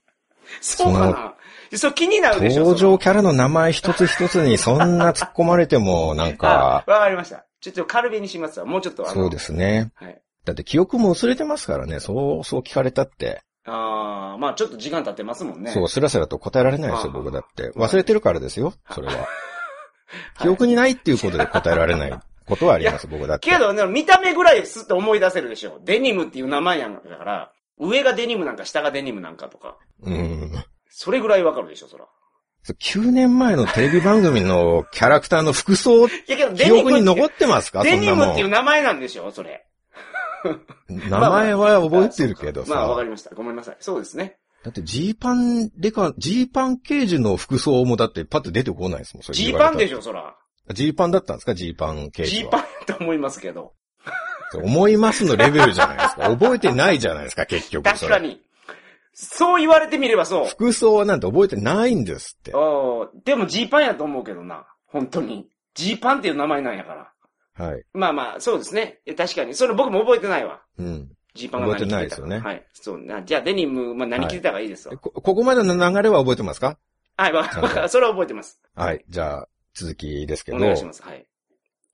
[SPEAKER 2] そうかなそう気になるでしょ
[SPEAKER 3] 登場
[SPEAKER 2] そ
[SPEAKER 3] キャラの名前一つ一つにそんな突っ込まれても、なん
[SPEAKER 2] のあ
[SPEAKER 3] か、
[SPEAKER 2] わかりました。ちょっと軽めにしますわ。もうちょっとあの。
[SPEAKER 3] そうですね。
[SPEAKER 2] はい。
[SPEAKER 3] だって記憶も薄れてますからね、そうそう聞かれたって。
[SPEAKER 2] ああ、まあちょっと時間経ってますもんね。
[SPEAKER 3] そう、スラスラと答えられないですよ、
[SPEAKER 2] ああ
[SPEAKER 3] 僕だって。忘れてるからですよ、それは。記憶
[SPEAKER 2] に。
[SPEAKER 3] にないっていうことで答え られないことはあります、僕だって
[SPEAKER 2] け。どね、見た目ぐらいすっと思い出せるでしょ。デニムっていう名前やんだから、上がデニムなんか下がデニムなんかとか、
[SPEAKER 3] うん。
[SPEAKER 2] それぐらいわかるでしょ、そら。
[SPEAKER 3] そう9年前のテレビ番組のキャラクターの服装、
[SPEAKER 2] いやけどデ
[SPEAKER 3] 記
[SPEAKER 2] ニムっ
[SPEAKER 3] 憶
[SPEAKER 2] て
[SPEAKER 3] に
[SPEAKER 2] いう
[SPEAKER 3] 残ってますか
[SPEAKER 2] デ
[SPEAKER 3] そん
[SPEAKER 2] ニ
[SPEAKER 3] な
[SPEAKER 2] ム
[SPEAKER 3] も。
[SPEAKER 2] っていうん名前なんでしょそれ。
[SPEAKER 3] 名前は覚えてるけど
[SPEAKER 2] まあわか
[SPEAKER 3] さ。
[SPEAKER 2] りました。ごめんなさい。そうですね。
[SPEAKER 3] だってジーパンレカ、ジーパン刑事の服装もだってパッと出てこないですもん、それ
[SPEAKER 2] ジ
[SPEAKER 3] 言
[SPEAKER 2] ー
[SPEAKER 3] われ
[SPEAKER 2] パ
[SPEAKER 3] た
[SPEAKER 2] ン
[SPEAKER 3] ら
[SPEAKER 2] でしょ、そら。
[SPEAKER 3] ジーパンだったんですかジーパン刑
[SPEAKER 2] ジ
[SPEAKER 3] 事
[SPEAKER 2] ー
[SPEAKER 3] は。
[SPEAKER 2] パンと思いますけど。
[SPEAKER 3] 思いますのレベルじゃないですか。覚えてないじゃないですか、結局。
[SPEAKER 2] 確か。に。そう言われてみればそう。
[SPEAKER 3] 服装なんて覚えてないんですって。
[SPEAKER 2] おーでもジーパンやと思うけどな。本当に。ジーパンっていう名前なんやから。
[SPEAKER 3] はい。
[SPEAKER 2] まあまあ、そうですね。いや確かに。それ僕も覚えてないわ。
[SPEAKER 3] うん。
[SPEAKER 2] ジーパンが何着てたか
[SPEAKER 3] 覚えてないですよね
[SPEAKER 2] はい。そうな。じゃあデニム、まあ何着てたかいいですわ。
[SPEAKER 3] こ、ここまでの流れは覚えてますか
[SPEAKER 2] はい、わ、
[SPEAKER 3] ちゃんと
[SPEAKER 2] わかそれは覚えてます。
[SPEAKER 3] はい。じゃあ、続きですけ
[SPEAKER 2] お
[SPEAKER 3] ど、
[SPEAKER 2] 願いします。はい。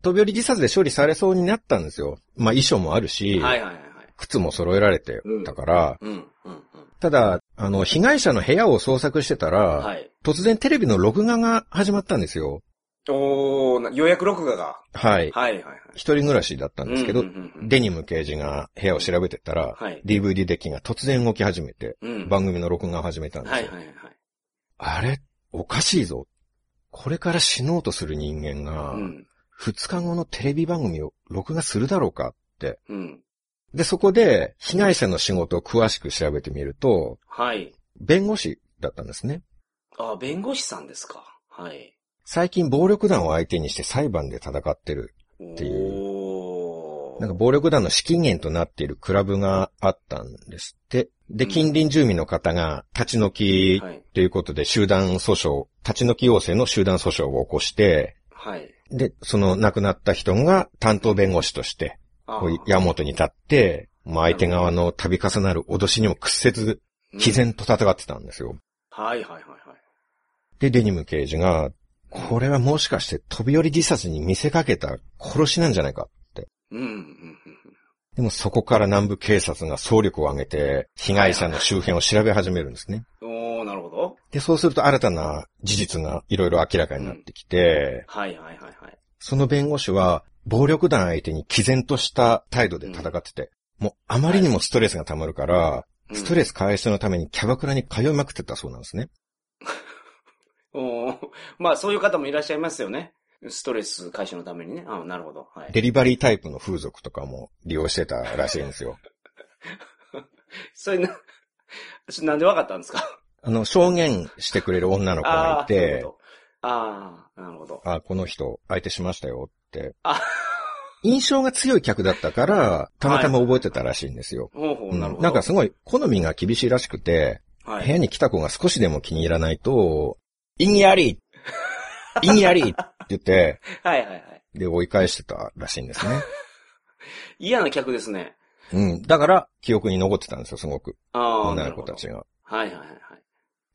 [SPEAKER 3] 飛び降り自殺で処理されそうになったんですよ。まあ、衣装もあるし、
[SPEAKER 2] はいはいはいはい。
[SPEAKER 3] 靴も揃えられてたから、
[SPEAKER 2] うん、うん、うん。
[SPEAKER 3] ただ、あの、被害者の部屋を捜索してたら、
[SPEAKER 2] はい。
[SPEAKER 3] 突然テレビの録画が始まったんですよ。
[SPEAKER 2] おー、な予約録画が。
[SPEAKER 3] はい。
[SPEAKER 2] はいはいはい。
[SPEAKER 3] 一人暮らしだったんですけど、
[SPEAKER 2] うんうんうんうん
[SPEAKER 3] デニム刑事が部屋を調べてったら、
[SPEAKER 2] はい。
[SPEAKER 3] DVD デッキが突然動き始めて、
[SPEAKER 2] うん
[SPEAKER 3] 番組の録画を始めたんですよ。
[SPEAKER 2] はいはいはい。
[SPEAKER 3] あれ、おかしいぞ。これから死のうとする人間が
[SPEAKER 2] う、ん。
[SPEAKER 3] 二日後のテレビ番組を録画するだろうか。
[SPEAKER 2] うん。
[SPEAKER 3] で、そこで、被害者の仕事を詳しく調べてみると、
[SPEAKER 2] はい。
[SPEAKER 3] 弁護士だったんですね。
[SPEAKER 2] あ、弁護士さんですか。はい。
[SPEAKER 3] 最近暴力団を相手にして裁判で戦ってる。
[SPEAKER 2] お
[SPEAKER 3] ていう
[SPEAKER 2] おー
[SPEAKER 3] なんか暴力団の資金源となっているクラブがあったんですって。で、近隣住民の方が立ち退き
[SPEAKER 2] はい。
[SPEAKER 3] ということで集団訴訟、立ち退き要請の集団訴訟を起こして、
[SPEAKER 2] はい。
[SPEAKER 3] で、その亡くなった人が担当弁護士として、
[SPEAKER 2] あ
[SPEAKER 3] こう山本に立って、まあ相手側の度重なる脅しにも屈せず、毅。然と戦ってたんですよ。
[SPEAKER 2] うんはいはいはいはい。
[SPEAKER 3] で、デニム刑事が、これはもしかして飛び降り自殺に見せかけた殺しなんじゃないか。
[SPEAKER 2] うん、うん、うんうん。
[SPEAKER 3] でもそこから南部警察が総力を挙げて、被害者の周辺を調べ始めるんですね。
[SPEAKER 2] おー、なるほど。
[SPEAKER 3] で、そうすると新たな事実がいろいろ明らかになってきて、
[SPEAKER 2] はいはいはいはい。
[SPEAKER 3] その弁護士は暴力団相手に毅然とした態度で戦ってて、もうあまりにもストレスが溜まるから、ストレ
[SPEAKER 2] ス。
[SPEAKER 3] ス解消のためにキャバクラに通いまくってたそうなんですね。
[SPEAKER 2] おー まあそういう方もいらっしゃいますよね。ストレス解消のためにね。あなるほど。はい。
[SPEAKER 3] デリバリータイプの風俗とかも利用してたらしいんですよ。
[SPEAKER 2] それな、 それなんでわかったんですか
[SPEAKER 3] あの、証言してくれる女の子
[SPEAKER 2] あ
[SPEAKER 3] がい
[SPEAKER 2] ーなる
[SPEAKER 3] て
[SPEAKER 2] ほ、どあー、なるほど。
[SPEAKER 3] あこの人、相手しましたよって。
[SPEAKER 2] あ、
[SPEAKER 3] 印象が強い客だったから、たまたま覚えてたらしいんですよ。
[SPEAKER 2] ほうほう、なる
[SPEAKER 3] う
[SPEAKER 2] ほ
[SPEAKER 3] ん
[SPEAKER 2] ど。
[SPEAKER 3] なんかすごい、好みが厳しいらしくて、
[SPEAKER 2] はい、
[SPEAKER 3] 部屋に来た子が少しでも気に入らな いと、意義あり意義ありって言って、
[SPEAKER 2] はいはいはい。
[SPEAKER 3] で、追い返してたらしいんで すね。
[SPEAKER 2] 嫌な客ですね。
[SPEAKER 3] うん。だから、記憶に残ってたんですよ、すごく。
[SPEAKER 2] ああ。
[SPEAKER 3] 女の子た
[SPEAKER 2] な
[SPEAKER 3] ちが。
[SPEAKER 2] るほど。はいはいはいはい。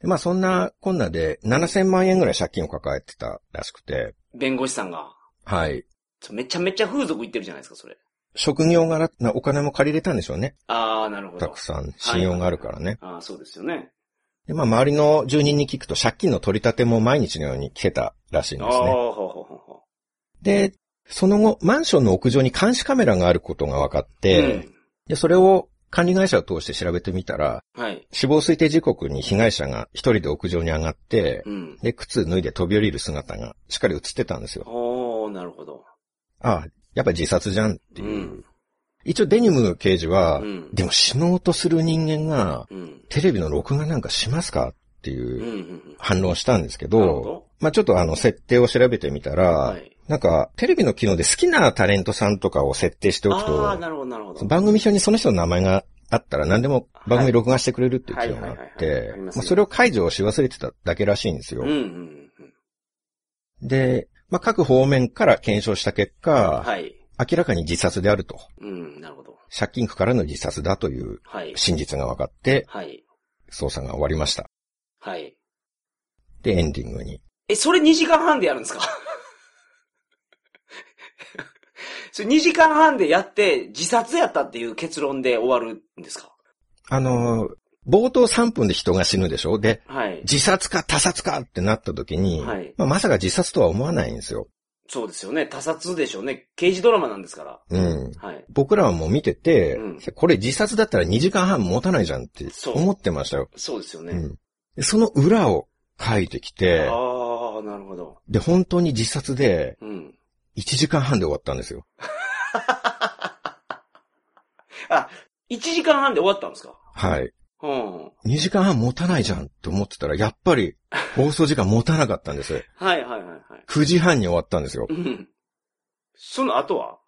[SPEAKER 3] でまあ、そんな、こんなで、7000万円ぐらい借金を抱えてたらしくて、
[SPEAKER 2] 弁護士さんが。
[SPEAKER 3] はい。
[SPEAKER 2] ちょめちゃめちゃ風俗行ってるじゃないですか、それ。
[SPEAKER 3] 職業柄、なお金も借りれたんでしょうね。
[SPEAKER 2] ああ、なるほ
[SPEAKER 3] た
[SPEAKER 2] ど
[SPEAKER 3] く。さん信用があるからね。
[SPEAKER 2] ああ、そうですよね。
[SPEAKER 3] で、まあ、周りの住人に聞くと借金の取り立ても毎日のように来てたらしいん
[SPEAKER 2] あ
[SPEAKER 3] で
[SPEAKER 2] あ、
[SPEAKER 3] すね。
[SPEAKER 2] ほうほうほうほ
[SPEAKER 3] で、その後、マンションの屋上に監視カメラがあることが分かっ
[SPEAKER 2] う。
[SPEAKER 3] て、で、それを管理会社を通して調べてみたら、
[SPEAKER 2] うん。はい。
[SPEAKER 3] 死亡推定時刻に被害者が一人で屋上に上がって、
[SPEAKER 2] うん。
[SPEAKER 3] で、靴脱いで飛び降りる姿がしっかり映ってたんですよ。
[SPEAKER 2] おおなるほど。
[SPEAKER 3] ああ、やっぱり自殺じゃんって
[SPEAKER 2] う
[SPEAKER 3] いう。
[SPEAKER 2] ん。
[SPEAKER 3] 一応デニム刑事
[SPEAKER 2] う
[SPEAKER 3] は、
[SPEAKER 2] ん。
[SPEAKER 3] でも死のうとする人間が、
[SPEAKER 2] うん。
[SPEAKER 3] テレビの録画なんかしますかって
[SPEAKER 2] うん。う。
[SPEAKER 3] いうん反論したんですけ
[SPEAKER 2] うん。
[SPEAKER 3] ど、
[SPEAKER 2] なるほど。
[SPEAKER 3] まあちょっとあの、設定を調べてみたら、
[SPEAKER 2] はい。
[SPEAKER 3] なんか、テレビの機能で好きなタレントさんとかを設定しておく
[SPEAKER 2] ああ、
[SPEAKER 3] と、
[SPEAKER 2] なるほど、なるほど。
[SPEAKER 3] 番組表にその人の名前があったら何でも番
[SPEAKER 2] はい
[SPEAKER 3] 組録画してくれるっていう機能があ
[SPEAKER 2] はいは
[SPEAKER 3] っ
[SPEAKER 2] いはいはい
[SPEAKER 3] て
[SPEAKER 2] あり、ま
[SPEAKER 3] ますあ
[SPEAKER 2] ね
[SPEAKER 3] それを解除をし忘れてただけらしいんですよ
[SPEAKER 2] うん。。うん。うん
[SPEAKER 3] で、まあ各方面から検証した結果、
[SPEAKER 2] はい。
[SPEAKER 3] 明らかに自殺であると、
[SPEAKER 2] うん。なるほど。
[SPEAKER 3] 借金苦からの自殺だという
[SPEAKER 2] はい。
[SPEAKER 3] 真実が分かって、
[SPEAKER 2] はい。
[SPEAKER 3] 捜査が終わりました。
[SPEAKER 2] はい。
[SPEAKER 3] で、エンディングに。
[SPEAKER 2] え、それ2時間半でやるんですか それ2時間半でやって、自殺やったっていう結論で終わるんですか
[SPEAKER 3] あのー、冒頭3分で人が死ぬでしょで、
[SPEAKER 2] はい。
[SPEAKER 3] 自殺か他殺かってなった時に、
[SPEAKER 2] はい
[SPEAKER 3] まあ、まさか自殺とは思わないんですよ。
[SPEAKER 2] そうですよね。他殺でしょうね。刑事ドラマなんですから。
[SPEAKER 3] うん。
[SPEAKER 2] はい。
[SPEAKER 3] 僕らはもう見てて、
[SPEAKER 2] うん
[SPEAKER 3] これ自殺だったら2時間半持たないじゃんって
[SPEAKER 2] そう
[SPEAKER 3] 思ってましたよ。
[SPEAKER 2] そうですよね。
[SPEAKER 3] うんでその裏を書いてきて、
[SPEAKER 2] ああ、なるほど。
[SPEAKER 3] で、本当に自殺で
[SPEAKER 2] うん。
[SPEAKER 3] 1時間半で終わったんですよ。
[SPEAKER 2] あ、1時間半で終わったんですか
[SPEAKER 3] はい。
[SPEAKER 2] うん。
[SPEAKER 3] 2時間半持たないじゃんって思ってたら、やっぱり 放送時間持たなかったんです。
[SPEAKER 2] はいはいはいはい。
[SPEAKER 3] 9時半に終わったんですよ
[SPEAKER 2] う。ん。その後は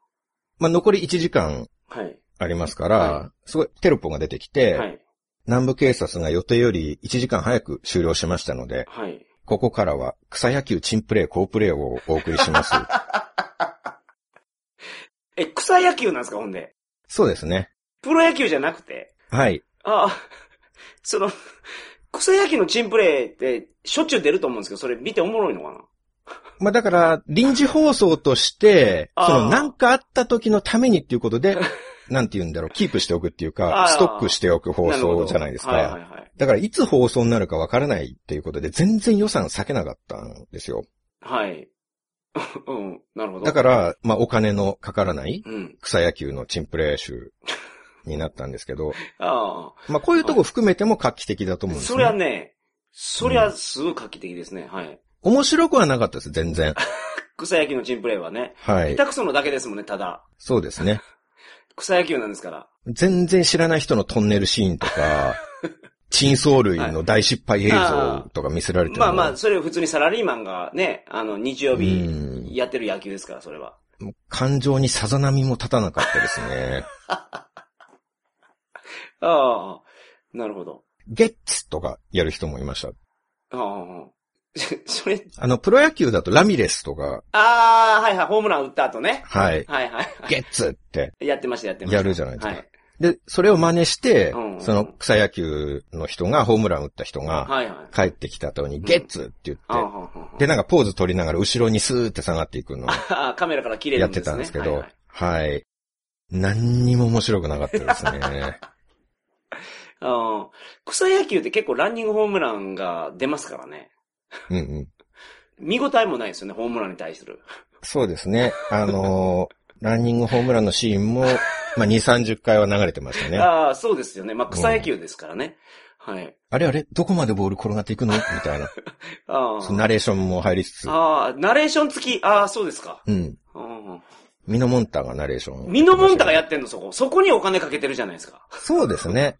[SPEAKER 3] まあ、残り1時間
[SPEAKER 2] はい。
[SPEAKER 3] ありますから、
[SPEAKER 2] は
[SPEAKER 3] すごいテロップが出てきて、
[SPEAKER 2] はい。
[SPEAKER 3] 南部警察が予定より1時間早く終了しましたので、
[SPEAKER 2] はい。
[SPEAKER 3] ここからは草野球チンプレー、好プレーをお送りし ます。
[SPEAKER 2] え、草野球なんですかほんで。
[SPEAKER 3] そうですね。
[SPEAKER 2] プロ野球じゃなくて。
[SPEAKER 3] はい。
[SPEAKER 2] あ あ、その、草野球のチンプレーってしょっちゅう出ると思うんですけど、それ見ておもろいのかな
[SPEAKER 3] まあだから、臨時放送として、
[SPEAKER 2] あー
[SPEAKER 3] そのなんかあった時のためにっていうことで、 なんて言うんだろう、キープしておくっていう
[SPEAKER 2] あー
[SPEAKER 3] か、ストックしておく放
[SPEAKER 2] なるほ
[SPEAKER 3] 送
[SPEAKER 2] ど
[SPEAKER 3] じゃないですか。
[SPEAKER 2] はいはいはい。
[SPEAKER 3] だからいつ放送になるかわからないっていうことで、全然予算避けなかったんですよ。
[SPEAKER 2] はい。 うん、なるほど。
[SPEAKER 3] だから、まあお金のかからない
[SPEAKER 2] うん。
[SPEAKER 3] 草野球のチンプレー集になったんですけど、
[SPEAKER 2] あ
[SPEAKER 3] まあこういうとこ含めても画期的だと
[SPEAKER 2] あ、
[SPEAKER 3] 思うんです
[SPEAKER 2] そ
[SPEAKER 3] よ、
[SPEAKER 2] りゃ
[SPEAKER 3] ね。
[SPEAKER 2] ね、そりゃすごい画期的ですね。はい。
[SPEAKER 3] 面白くはなかったです、全然。
[SPEAKER 2] 草野球のチンプレーはね。
[SPEAKER 3] はい。
[SPEAKER 2] 下手くそのだけですもんね、ただ。
[SPEAKER 3] そうですね。
[SPEAKER 2] 草野球なんですから。
[SPEAKER 3] 全然知らない人のトンネルシーン とか、チンソウ類の大失敗映像とか見せられても
[SPEAKER 2] まあまあ、それ普通にサラリーマンがね、あの、日曜日
[SPEAKER 3] うん
[SPEAKER 2] やってる野球ですから、それは。
[SPEAKER 3] 感情にさざ波も立たなかったですね。
[SPEAKER 2] ああ、なるほど。
[SPEAKER 3] ゲッツとかやる人もいました。
[SPEAKER 2] あ あ、それ、
[SPEAKER 3] あの、プロ野球だとラミレスとか、
[SPEAKER 2] ああ、はいはい、ホームラン打った後ね。
[SPEAKER 3] はい、
[SPEAKER 2] はいはい。
[SPEAKER 3] ゲッツって
[SPEAKER 2] やってました、やってました。
[SPEAKER 3] やるじゃないですか。
[SPEAKER 2] はい。
[SPEAKER 3] で、それを真似して、
[SPEAKER 2] うん
[SPEAKER 3] その草野球の人が、ホームラン打った人が、
[SPEAKER 2] はいはい。
[SPEAKER 3] 帰ってきた後に、ゲッツって言
[SPEAKER 2] ああ
[SPEAKER 3] っ
[SPEAKER 2] はんはんはん
[SPEAKER 3] て、で、なんかポーズ取りながら後ろにスーって下がっていくのを
[SPEAKER 2] ああカメラから切れ
[SPEAKER 3] や
[SPEAKER 2] る
[SPEAKER 3] っ
[SPEAKER 2] んです
[SPEAKER 3] て
[SPEAKER 2] ね。
[SPEAKER 3] たんですけ
[SPEAKER 2] はい
[SPEAKER 3] ど
[SPEAKER 2] はい、
[SPEAKER 3] はい。何にも面白くなかったです ね。
[SPEAKER 2] ああ草野球って結構ランニングホームランが出ますからね。
[SPEAKER 3] うんうん。
[SPEAKER 2] 見応えもないですよね、ホームランに対する。
[SPEAKER 3] そうですね。あのーランニングホームランのシーンも、まあ、2、30回は流れてましたね。あ
[SPEAKER 2] ああ、そうですよね。まあ、草野球ですからね。はい。
[SPEAKER 3] れあれどこまでボール転がっていくのみたいな。
[SPEAKER 2] あ
[SPEAKER 3] その
[SPEAKER 2] あ。
[SPEAKER 3] ナレーションも入りつつ。
[SPEAKER 2] ああ、ナレーション付き。ああ、そうですか。
[SPEAKER 3] うん。
[SPEAKER 2] うん
[SPEAKER 3] ミノモンタがナレーションを。
[SPEAKER 2] ミノモンタがやってんの、そこ。そこにお金かけてるじゃないですか。
[SPEAKER 3] そうで すね。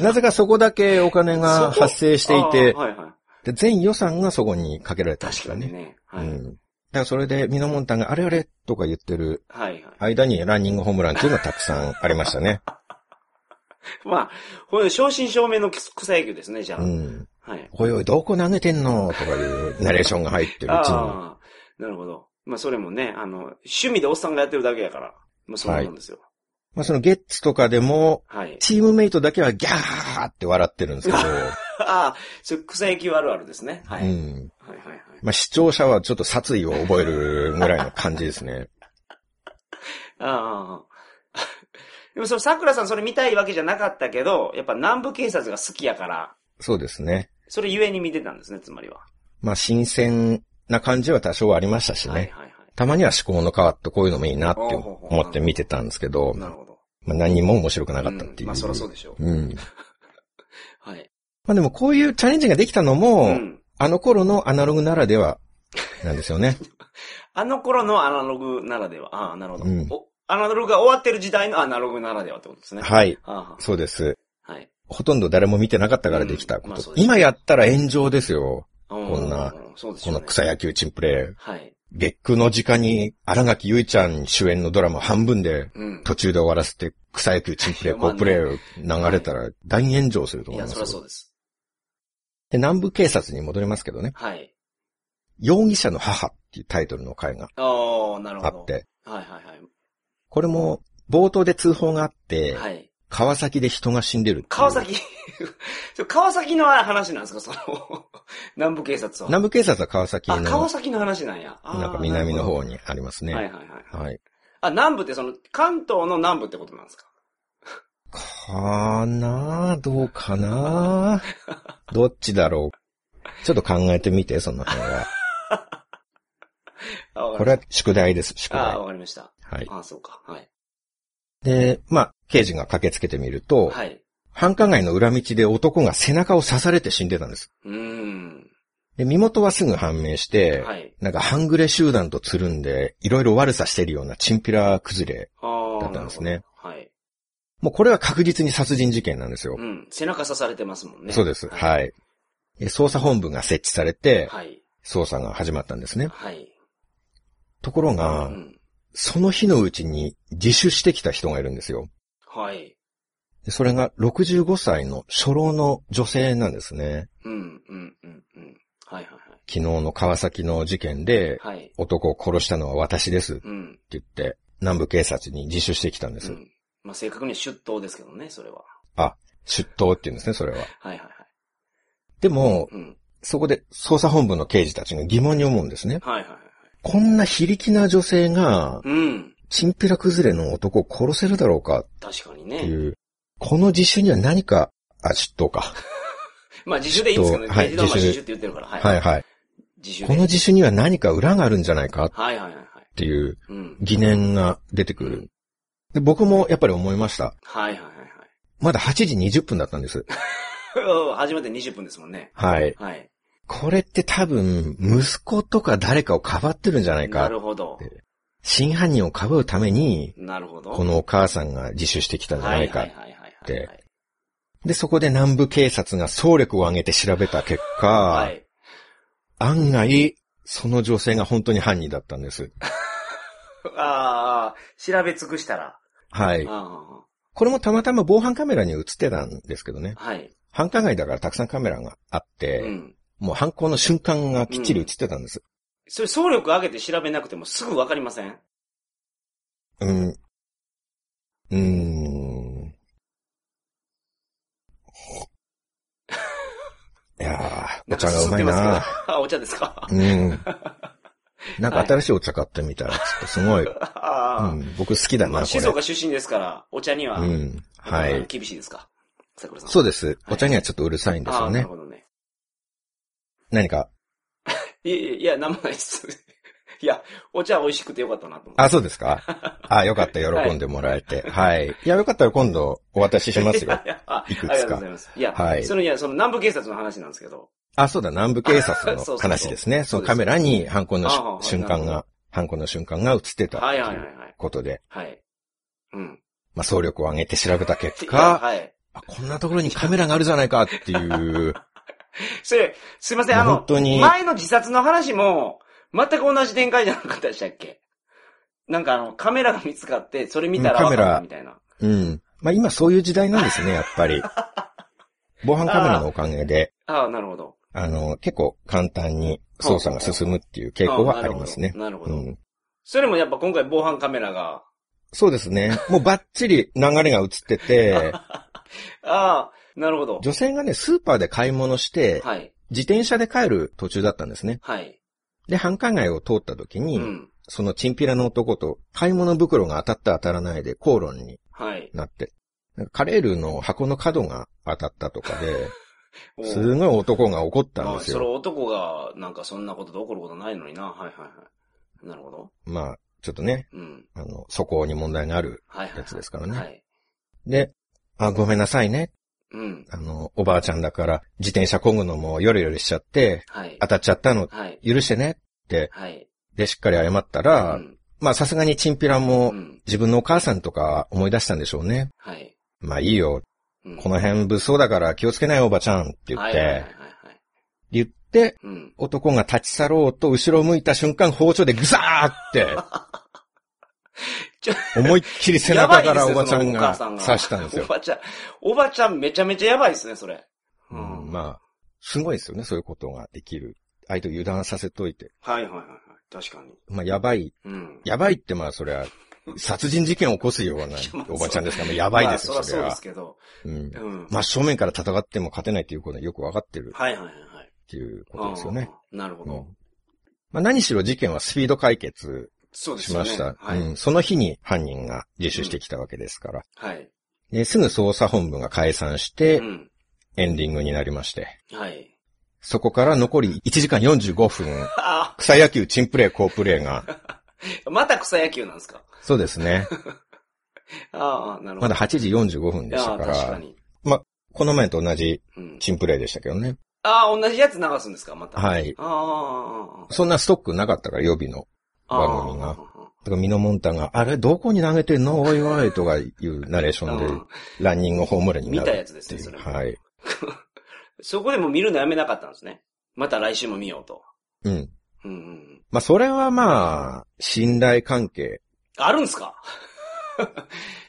[SPEAKER 3] なぜかそこだけお金が
[SPEAKER 2] そこ
[SPEAKER 3] 発生していて
[SPEAKER 2] あ、あはいはい。
[SPEAKER 3] で全予算がそこにかけられたんで
[SPEAKER 2] 確
[SPEAKER 3] す
[SPEAKER 2] か
[SPEAKER 3] よ
[SPEAKER 2] に
[SPEAKER 3] ね。
[SPEAKER 2] ね。
[SPEAKER 3] う
[SPEAKER 2] はい。
[SPEAKER 3] ん。だからそれでミノモンタがあれあれとか言ってる
[SPEAKER 2] はいはい。
[SPEAKER 3] 間にランニングホームランっていうのはたくさんありました ね。
[SPEAKER 2] まあ、これ正真正銘の草野球ですね、じゃあ。
[SPEAKER 3] うん。
[SPEAKER 2] はい。
[SPEAKER 3] おいおい、どこ投げてんのとかいうナレーションが入ってるうちに。
[SPEAKER 2] ああ、なるほど。まあ、それもね、あの、趣味でおっさんがやってるだけやから。まあ、そうなんですよ。
[SPEAKER 3] まあそのゲッツとかでも、
[SPEAKER 2] はい。
[SPEAKER 3] チームメイトだけはギャーって笑ってるんです け ど、
[SPEAKER 2] ああ、それ草野球あるあるですね。はい。
[SPEAKER 3] う
[SPEAKER 2] はい
[SPEAKER 3] ん。
[SPEAKER 2] はいはい。
[SPEAKER 3] まあ視聴者はちょっと殺意を覚えるぐらいの感じですね。
[SPEAKER 2] ああ。 でもその桜さんそれ見たいわけじゃなかったけど、やっぱ南部警察が好きやから、
[SPEAKER 3] そうですね。
[SPEAKER 2] それゆえに見てたんですね、つまりは。
[SPEAKER 3] まあ新鮮な感じは多少はありましたし
[SPEAKER 2] はい
[SPEAKER 3] ね。
[SPEAKER 2] はいはい。
[SPEAKER 3] たまには思考の変わってこういうのもいいなって思って見てたんですけど、
[SPEAKER 2] なるほど。
[SPEAKER 3] まあ何も面白くなかったって
[SPEAKER 2] ん
[SPEAKER 3] いう。
[SPEAKER 2] まあそりゃそうでしょう。
[SPEAKER 3] うん。
[SPEAKER 2] はい。
[SPEAKER 3] まあでもこういうチャレンジができたのも、
[SPEAKER 2] うん。
[SPEAKER 3] あの頃のアナログならではなんですよね。
[SPEAKER 2] あの頃のアナログならでは。ああ、なるほど、
[SPEAKER 3] うん
[SPEAKER 2] お。アナログが終わってる時代のアナログな らではってことですね。
[SPEAKER 3] はい。
[SPEAKER 2] あ
[SPEAKER 3] そうです。
[SPEAKER 2] あ、はい。
[SPEAKER 3] ほとんど誰も見てなかったからできた
[SPEAKER 2] う
[SPEAKER 3] こと。
[SPEAKER 2] んまあそうですね
[SPEAKER 3] 今やったら炎上ですよ。
[SPEAKER 2] こ
[SPEAKER 3] こんな、
[SPEAKER 2] そうです
[SPEAKER 3] こ
[SPEAKER 2] よ
[SPEAKER 3] の
[SPEAKER 2] ね。
[SPEAKER 3] 草野球チンプレイ。
[SPEAKER 2] はい。
[SPEAKER 3] 月空の時間に荒垣結衣ちゃん主演のドラマ半分で
[SPEAKER 2] うん。
[SPEAKER 3] 途中で終わらせて草野球チンプレイ、
[SPEAKER 2] いやまあ
[SPEAKER 3] コ
[SPEAKER 2] ね
[SPEAKER 3] ープレイ流れたら大炎上すると
[SPEAKER 2] い
[SPEAKER 3] 思い
[SPEAKER 2] や、
[SPEAKER 3] ます
[SPEAKER 2] そ
[SPEAKER 3] よ
[SPEAKER 2] りゃ。そうです。
[SPEAKER 3] で、南部警察に戻りますけどね。
[SPEAKER 2] はい。
[SPEAKER 3] 容疑者の母っていうタイトルの回が
[SPEAKER 2] ああ、なるほ
[SPEAKER 3] あ
[SPEAKER 2] ど。
[SPEAKER 3] って、
[SPEAKER 2] はいはい
[SPEAKER 3] これも冒頭で通報があって、
[SPEAKER 2] はい。はい。
[SPEAKER 3] 川崎で人が死んでるっていう
[SPEAKER 2] 川崎、 そう川崎の話なんですか、その、南部警察は。
[SPEAKER 3] 南部警察は川崎
[SPEAKER 2] あ、川
[SPEAKER 3] の、
[SPEAKER 2] 崎の話なんや。あー
[SPEAKER 3] なんか南の方にあります
[SPEAKER 2] なる
[SPEAKER 3] ね。
[SPEAKER 2] ほどはいはいはい。
[SPEAKER 3] はい。
[SPEAKER 2] あ、南部ってその、関東の南部ってことなんですか
[SPEAKER 3] かなどう かなどっちだろうちょっと考えてみて、そ の辺は。
[SPEAKER 2] あ、わか
[SPEAKER 3] こ
[SPEAKER 2] りま
[SPEAKER 3] れ
[SPEAKER 2] し
[SPEAKER 3] は宿題です、宿
[SPEAKER 2] た。あー、
[SPEAKER 3] 題。
[SPEAKER 2] わかりました。
[SPEAKER 3] はい。
[SPEAKER 2] あー、そうか。はい。
[SPEAKER 3] で、まあ、刑事が駆けつけてみると、
[SPEAKER 2] はい。
[SPEAKER 3] 繁華街の裏道で男が背中を刺されて死んでたんです。
[SPEAKER 2] うーん。
[SPEAKER 3] で、身元はすぐ判明して、
[SPEAKER 2] はい。
[SPEAKER 3] なんか半グレ集団とつるんで、いろいろ悪さしてるようなチンピラ崩れ。
[SPEAKER 2] ああ。
[SPEAKER 3] だったんですね
[SPEAKER 2] なるほど。はい。
[SPEAKER 3] もうこれは確実に殺人事件なんですよ
[SPEAKER 2] う。ん。背中刺されてますもんね。
[SPEAKER 3] そうです。
[SPEAKER 2] い。
[SPEAKER 3] はい。で捜査本部が設置されて、
[SPEAKER 2] はい。
[SPEAKER 3] 捜査が始まったんですね。
[SPEAKER 2] はい。
[SPEAKER 3] ところ
[SPEAKER 2] う
[SPEAKER 3] が、
[SPEAKER 2] ん。
[SPEAKER 3] その日のうちに自首してきた人がいるんですよ。
[SPEAKER 2] はい。
[SPEAKER 3] でそれが65歳の初老の女性なんですね。
[SPEAKER 2] うん、うん、うん、うん。はい、はい
[SPEAKER 3] 昨日の川崎の事件で、
[SPEAKER 2] はい、はい。
[SPEAKER 3] 男を殺したのは私ですって
[SPEAKER 2] うん。
[SPEAKER 3] 言って、南部警察に自首してきたんで
[SPEAKER 2] う
[SPEAKER 3] す。
[SPEAKER 2] ん。まあ、正確には出頭ですけどね、それは。
[SPEAKER 3] 出頭って言うんですね、それは。
[SPEAKER 2] はい、はい、はい。
[SPEAKER 3] でも、
[SPEAKER 2] うん。
[SPEAKER 3] そこで捜査本部の刑事たちが疑問に思うんですね。
[SPEAKER 2] はい、はい、はい。
[SPEAKER 3] こんな非力な女性が、
[SPEAKER 2] うん。
[SPEAKER 3] チンピラ崩れの男を殺せるだろうかっ
[SPEAKER 2] 確かに
[SPEAKER 3] て
[SPEAKER 2] ね。
[SPEAKER 3] いう、この自首には何か、あ、出頭か。
[SPEAKER 2] まあ、自主でいいんですけどね。
[SPEAKER 3] ちょっとはい
[SPEAKER 2] 刑事ドラマ自
[SPEAKER 3] 自
[SPEAKER 2] 主って言ってるから。はい。
[SPEAKER 3] はいはい。
[SPEAKER 2] 自主
[SPEAKER 3] この
[SPEAKER 2] で。
[SPEAKER 3] 自首には何か裏があるんじゃないかっ
[SPEAKER 2] はい、はい、はい。はい
[SPEAKER 3] ていう
[SPEAKER 2] うん。
[SPEAKER 3] 疑念が出てくる。で僕もやっぱり思いました。
[SPEAKER 2] はい、はい、はい、
[SPEAKER 3] まだ8時20分だったんです。
[SPEAKER 2] はい。始まって20分ですもんね。
[SPEAKER 3] はい。
[SPEAKER 2] はい。
[SPEAKER 3] これって多分、息子とか誰かをかばってるんじゃない
[SPEAKER 2] な
[SPEAKER 3] か。
[SPEAKER 2] るほど。
[SPEAKER 3] 真犯人をかばうために、
[SPEAKER 2] なるほど。
[SPEAKER 3] このお母さんが自首してきたんじゃ
[SPEAKER 2] は、
[SPEAKER 3] ないいか。
[SPEAKER 2] はい、はい、はい。
[SPEAKER 3] てで、そこで南部警察が総力を挙げて調べた結果、
[SPEAKER 2] はい。
[SPEAKER 3] 案外、その女性が本当に犯人だったんです。
[SPEAKER 2] ああ、調べ尽くしたら。
[SPEAKER 3] はい。
[SPEAKER 2] あ
[SPEAKER 3] これもたまたま防犯カメラに映ってたんですけどね。
[SPEAKER 2] あはい。
[SPEAKER 3] 繁華街だからたくさんカメラがあって、
[SPEAKER 2] うん。
[SPEAKER 3] もう犯行の瞬間がきっちり映ってたんです。
[SPEAKER 2] それ、総力上げて調べなくてもすぐわかりません
[SPEAKER 3] うん。うーん。 いやー、お茶がうまい
[SPEAKER 2] ん
[SPEAKER 3] な
[SPEAKER 2] かすすってますけど あ、お茶ですか。
[SPEAKER 3] うん。 なんか新しいお茶買ってみたら、ちょっとすごい、う
[SPEAKER 2] あ
[SPEAKER 3] ん、僕好き
[SPEAKER 2] あ
[SPEAKER 3] だな、これ。
[SPEAKER 2] 静岡出身ですから、お茶には、
[SPEAKER 3] うん。はい。
[SPEAKER 2] 厳しいですか。桜さん。
[SPEAKER 3] そう
[SPEAKER 2] う
[SPEAKER 3] です。お茶にはちょっとうるさいんですよ
[SPEAKER 2] な
[SPEAKER 3] ね
[SPEAKER 2] る。ほどね。
[SPEAKER 3] 何か。
[SPEAKER 2] いやいや、いや、なんもないです。 いや、お茶美味しくてよかったなと思って。
[SPEAKER 3] あ、そうですかあ、よかった。喜んでもら えて。はい。いや、よかったら今度お渡ししますよ。
[SPEAKER 2] いやあ
[SPEAKER 3] いくつか
[SPEAKER 2] ありがとうございます。いや、
[SPEAKER 3] はい
[SPEAKER 2] その、いや、その南部警察の話なんですけど。
[SPEAKER 3] あ、そうだ。南部警察
[SPEAKER 2] そうそうそう
[SPEAKER 3] の話ですね。
[SPEAKER 2] そ
[SPEAKER 3] そうの
[SPEAKER 2] です
[SPEAKER 3] カメラに犯行のし
[SPEAKER 2] あはい
[SPEAKER 3] 瞬
[SPEAKER 2] なる
[SPEAKER 3] 間
[SPEAKER 2] ほど
[SPEAKER 3] が、犯行の瞬間が映ってたと
[SPEAKER 2] はいいはいはいうはい。
[SPEAKER 3] ことで、
[SPEAKER 2] はい。うん。
[SPEAKER 3] まあ、総力を挙げて調べた結
[SPEAKER 2] いや
[SPEAKER 3] 果、
[SPEAKER 2] はい。
[SPEAKER 3] あこんなところにカメラがあるじゃないかって いう、
[SPEAKER 2] それ、すいません、あの
[SPEAKER 3] 本、当に、
[SPEAKER 2] 前の自殺の話も、全く同じ展開じゃなかったでしたっけなんかあの、カメラが見つかって、それ見たら
[SPEAKER 3] うん
[SPEAKER 2] わ
[SPEAKER 3] カメラ
[SPEAKER 2] かったみたいな。
[SPEAKER 3] うん。まあ、今そういう時代なんですね、やっぱり。防犯カメラのおかげで、
[SPEAKER 2] ああ、なるほど。
[SPEAKER 3] あの、結構簡単に捜査が進むっていう傾向はありますね。
[SPEAKER 2] なるほ
[SPEAKER 3] う
[SPEAKER 2] ど。
[SPEAKER 3] ん。
[SPEAKER 2] それもやっぱ今回防犯カメラが、
[SPEAKER 3] そうですね。もうバッチリ流れが映っ てて、
[SPEAKER 2] ああ、なるほど。
[SPEAKER 3] 女性がね、スーパーで買い物して、
[SPEAKER 2] はい、
[SPEAKER 3] 自転車で帰る途中だったんですね。
[SPEAKER 2] はい。
[SPEAKER 3] で、繁華街を通った時
[SPEAKER 2] う
[SPEAKER 3] に、
[SPEAKER 2] ん。
[SPEAKER 3] そのチンピラの男と買い物袋が当たった当たらないで口論に
[SPEAKER 2] はい。
[SPEAKER 3] なって、なんかカレールの箱の角が当たったとかで、
[SPEAKER 2] おう
[SPEAKER 3] すごい男が怒ったん
[SPEAKER 2] まあ、
[SPEAKER 3] です
[SPEAKER 2] それ
[SPEAKER 3] よ。
[SPEAKER 2] 男が、なんかそんなことで怒ることないのにな。はいはいはい。なるほど。
[SPEAKER 3] まあ、ちょっとね、
[SPEAKER 2] うん。
[SPEAKER 3] あの、素行に問題がある
[SPEAKER 2] はいはい、はい。
[SPEAKER 3] やつですからね。
[SPEAKER 2] はい。
[SPEAKER 3] で、あ、ごめんなさいね。
[SPEAKER 2] うん。
[SPEAKER 3] あの、おばあちゃんだから自転車こぐのもヨレヨレしちゃって、
[SPEAKER 2] はい。
[SPEAKER 3] 当たっちゃったの
[SPEAKER 2] はい。
[SPEAKER 3] 許してねって、
[SPEAKER 2] はい。
[SPEAKER 3] で、しっかり謝ったら、
[SPEAKER 2] うん。
[SPEAKER 3] まあさすがにチンピラも
[SPEAKER 2] うん。
[SPEAKER 3] 自分のお母さんとか思い出したんでしょうね。
[SPEAKER 2] はい。
[SPEAKER 3] まあいいよ。
[SPEAKER 2] うん
[SPEAKER 3] この辺物騒だから気をつけないおばちゃんって言っ
[SPEAKER 2] はい
[SPEAKER 3] て、
[SPEAKER 2] はいはいはい。
[SPEAKER 3] 言って、
[SPEAKER 2] うん。
[SPEAKER 3] 男が立ち去ろうと後ろを向いた瞬間包丁でグサー
[SPEAKER 2] ちょ
[SPEAKER 3] って、思いっきり背中からおばちゃん
[SPEAKER 2] やばいですねその
[SPEAKER 3] が
[SPEAKER 2] お母さんが
[SPEAKER 3] 刺したんです
[SPEAKER 2] お
[SPEAKER 3] よ。
[SPEAKER 2] ばちゃん、おばちゃんめちゃめちゃやばいですね、それ。
[SPEAKER 3] うんまあ、すごいですよね、そういうことができる。相手を油断させといて。
[SPEAKER 2] あ。はいはいはいはい。確かに。
[SPEAKER 3] まあやばい。
[SPEAKER 2] うん。
[SPEAKER 3] やばいってまあそれは、殺人事件を起こすようなおばちゃんですから、まあやばいですよ、
[SPEAKER 2] まあ
[SPEAKER 3] そ
[SPEAKER 2] そ
[SPEAKER 3] れ
[SPEAKER 2] らそうで
[SPEAKER 3] は
[SPEAKER 2] す。けど。
[SPEAKER 3] うん
[SPEAKER 2] うん。
[SPEAKER 3] 真正面から戦っても勝てないっていうことはよくわかってるっ
[SPEAKER 2] はいはいはいはい。
[SPEAKER 3] ていうことですよね。
[SPEAKER 2] あー。なるほ
[SPEAKER 3] う
[SPEAKER 2] ど。
[SPEAKER 3] んまあ、何しろ事件はスピード解決
[SPEAKER 2] そうです
[SPEAKER 3] し
[SPEAKER 2] よ
[SPEAKER 3] ま
[SPEAKER 2] ね。
[SPEAKER 3] した、
[SPEAKER 2] はい。
[SPEAKER 3] うん。その日に犯人が自首してきたわけですから。
[SPEAKER 2] はい。
[SPEAKER 3] ですぐ捜査本部が解散して
[SPEAKER 2] う、ん。
[SPEAKER 3] エンディングになりまして。
[SPEAKER 2] はい。
[SPEAKER 3] そこから残り1時間45分、
[SPEAKER 2] あ
[SPEAKER 3] 草野球、チンプレー、好プレーが。
[SPEAKER 2] あ、また草野球なんですか。
[SPEAKER 3] そうですね。
[SPEAKER 2] ああ、なるほど。
[SPEAKER 3] まだ8時45分
[SPEAKER 2] い
[SPEAKER 3] で
[SPEAKER 2] や
[SPEAKER 3] した
[SPEAKER 2] ー
[SPEAKER 3] か、
[SPEAKER 2] 確からに。
[SPEAKER 3] この前と同じ
[SPEAKER 2] うん。
[SPEAKER 3] チンプレーでしたけどね。
[SPEAKER 2] ああ、同じやつ流すんですか、また。い。
[SPEAKER 3] はい。
[SPEAKER 2] あー
[SPEAKER 3] そんなストックなかったから、予備の。
[SPEAKER 2] あー。
[SPEAKER 3] 番組がだからミノモンタンが、あれ、どこに投げてんのおいおいとかいうナレーション
[SPEAKER 2] うん
[SPEAKER 3] で、ランニングホームランに
[SPEAKER 2] 見
[SPEAKER 3] な
[SPEAKER 2] た
[SPEAKER 3] る
[SPEAKER 2] やつで
[SPEAKER 3] っ
[SPEAKER 2] す
[SPEAKER 3] て
[SPEAKER 2] ね、
[SPEAKER 3] い。
[SPEAKER 2] そうれも。
[SPEAKER 3] はい。
[SPEAKER 2] そこでも見るのやめなかったんですね。また来週も見ようと。
[SPEAKER 3] うん。
[SPEAKER 2] うんうんうん。
[SPEAKER 3] まあ、それはまあ、信頼関係。
[SPEAKER 2] あるんすか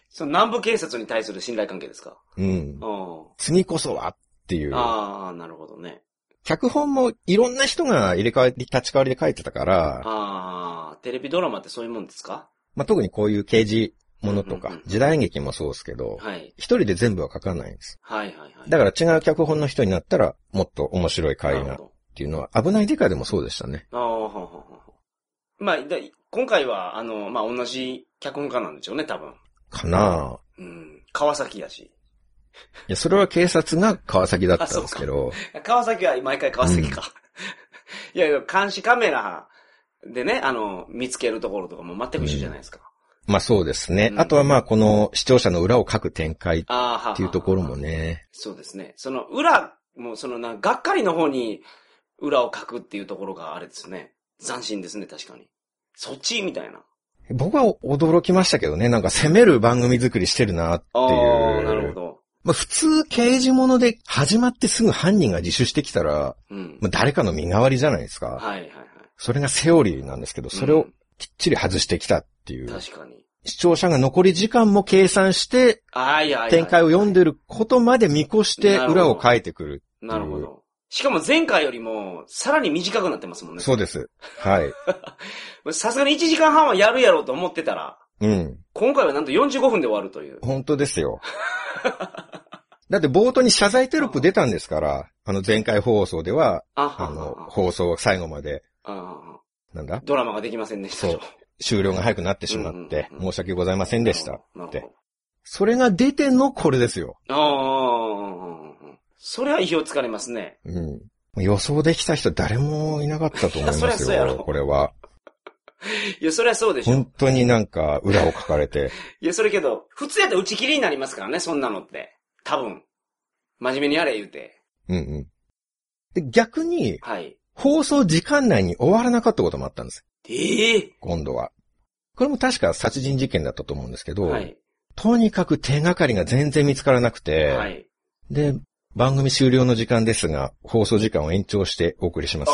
[SPEAKER 2] その南部警察に対する信頼関係ですか
[SPEAKER 3] うん。
[SPEAKER 2] うん。
[SPEAKER 3] 次こそはっていう。
[SPEAKER 2] ああ、なるほどね。
[SPEAKER 3] 脚本もいろんな人が入れ替わり、立ち替わりで書いてたから、
[SPEAKER 2] ああ、テレビドラマってそういうもんですか
[SPEAKER 3] まあ、特にこういう刑事ものと
[SPEAKER 2] うんう
[SPEAKER 3] か
[SPEAKER 2] んう、ん
[SPEAKER 3] 時代劇もそうですけど、
[SPEAKER 2] はい。
[SPEAKER 3] 一人で全部は書かないんです。
[SPEAKER 2] はいはいはい。
[SPEAKER 3] だから違う脚本の人になったら、もっと面白い回
[SPEAKER 2] な
[SPEAKER 3] が
[SPEAKER 2] る
[SPEAKER 3] っ
[SPEAKER 2] ほど
[SPEAKER 3] ていうのは、危ないデカでもそうでしたね。
[SPEAKER 2] ああ、ほうほうほうほうまあ、だ今回は、あの、まあ、同じ脚本家なんでしょうね、多分。
[SPEAKER 3] かなあ
[SPEAKER 2] うん。川崎やし。
[SPEAKER 3] いや、それは警察が川崎だったんですけど、
[SPEAKER 2] 川崎は毎回川崎か。いやいや、監視カメラでね、あの、見つけるところとかも全く一緒じゃないですか。
[SPEAKER 3] まあそうですね
[SPEAKER 2] う。ん
[SPEAKER 3] あとはまあこの視聴者の裏を書く展開っ
[SPEAKER 2] ああ、はは
[SPEAKER 3] ていうところも。ね、
[SPEAKER 2] そうですね。その裏も、そのな、がっかりの方に裏を書くっていうところがあれですね。斬新ですね、確かに。そっちみたいな。
[SPEAKER 3] 僕は驚きましたけどね、なんか攻める番組作りしてるなって
[SPEAKER 2] ああ、なるほ
[SPEAKER 3] いう。
[SPEAKER 2] ど。
[SPEAKER 3] まあ普通刑事物で始まってすぐ犯人が自首してきたら、
[SPEAKER 2] うん。
[SPEAKER 3] まあ誰かの身代わりじゃないですか。
[SPEAKER 2] はいはいはい。
[SPEAKER 3] それがセオリーなんですけど、それを
[SPEAKER 2] う
[SPEAKER 3] きっちり外してきたってい
[SPEAKER 2] ん
[SPEAKER 3] う。
[SPEAKER 2] 確かに。
[SPEAKER 3] 視聴者が残り時間も計算して、
[SPEAKER 2] ああ、いやいやいや
[SPEAKER 3] 展開を読んでることまで見越して裏を書いてくる。
[SPEAKER 2] なるほど。しかも前回よりも、さらに短くなってますもんね。
[SPEAKER 3] そうです。はい。
[SPEAKER 2] さすがに1時間半はやるやろうと思ってたら、
[SPEAKER 3] うん。
[SPEAKER 2] 今回はなんと45分で終わるという。
[SPEAKER 3] 本当ですよ。 だって冒頭に謝罪テロップ出たんですから、あの前回放送では、
[SPEAKER 2] あは
[SPEAKER 3] あ
[SPEAKER 2] は
[SPEAKER 3] の、
[SPEAKER 2] は
[SPEAKER 3] 放送最後まで、
[SPEAKER 2] あはは
[SPEAKER 3] なんだ
[SPEAKER 2] ドラマができませんでした
[SPEAKER 3] そう終了が早くなってしまって、
[SPEAKER 2] うんうんうん
[SPEAKER 3] 申し訳ございませんでした。。
[SPEAKER 2] な
[SPEAKER 3] て
[SPEAKER 2] るほど。
[SPEAKER 3] それが出てのこれですよ。
[SPEAKER 2] ああ、それは意表つかれますね。
[SPEAKER 3] うん。予想できた人誰もいなかったと思いま
[SPEAKER 2] そりゃそ
[SPEAKER 3] す
[SPEAKER 2] うや
[SPEAKER 3] よ、
[SPEAKER 2] ろ
[SPEAKER 3] これは。
[SPEAKER 2] いや、それはそうでしょ。
[SPEAKER 3] 本当になんか裏を書かれて、
[SPEAKER 2] いや、それけど、普通やったら打ち切りになりますからね、そんなのって。多分。真面目にやれ言うて。
[SPEAKER 3] うんうん。で、逆に、
[SPEAKER 2] はい。
[SPEAKER 3] 放送時間内に終わらなかったこともあったんです。
[SPEAKER 2] ええ
[SPEAKER 3] 今度は。これも確か殺人事件だったと思うんですけど、
[SPEAKER 2] はい。
[SPEAKER 3] とにかく手がかりが全然見つからなくて、
[SPEAKER 2] はい。
[SPEAKER 3] で、番組終了の時間ですが、放送時間を延長してお送りします。って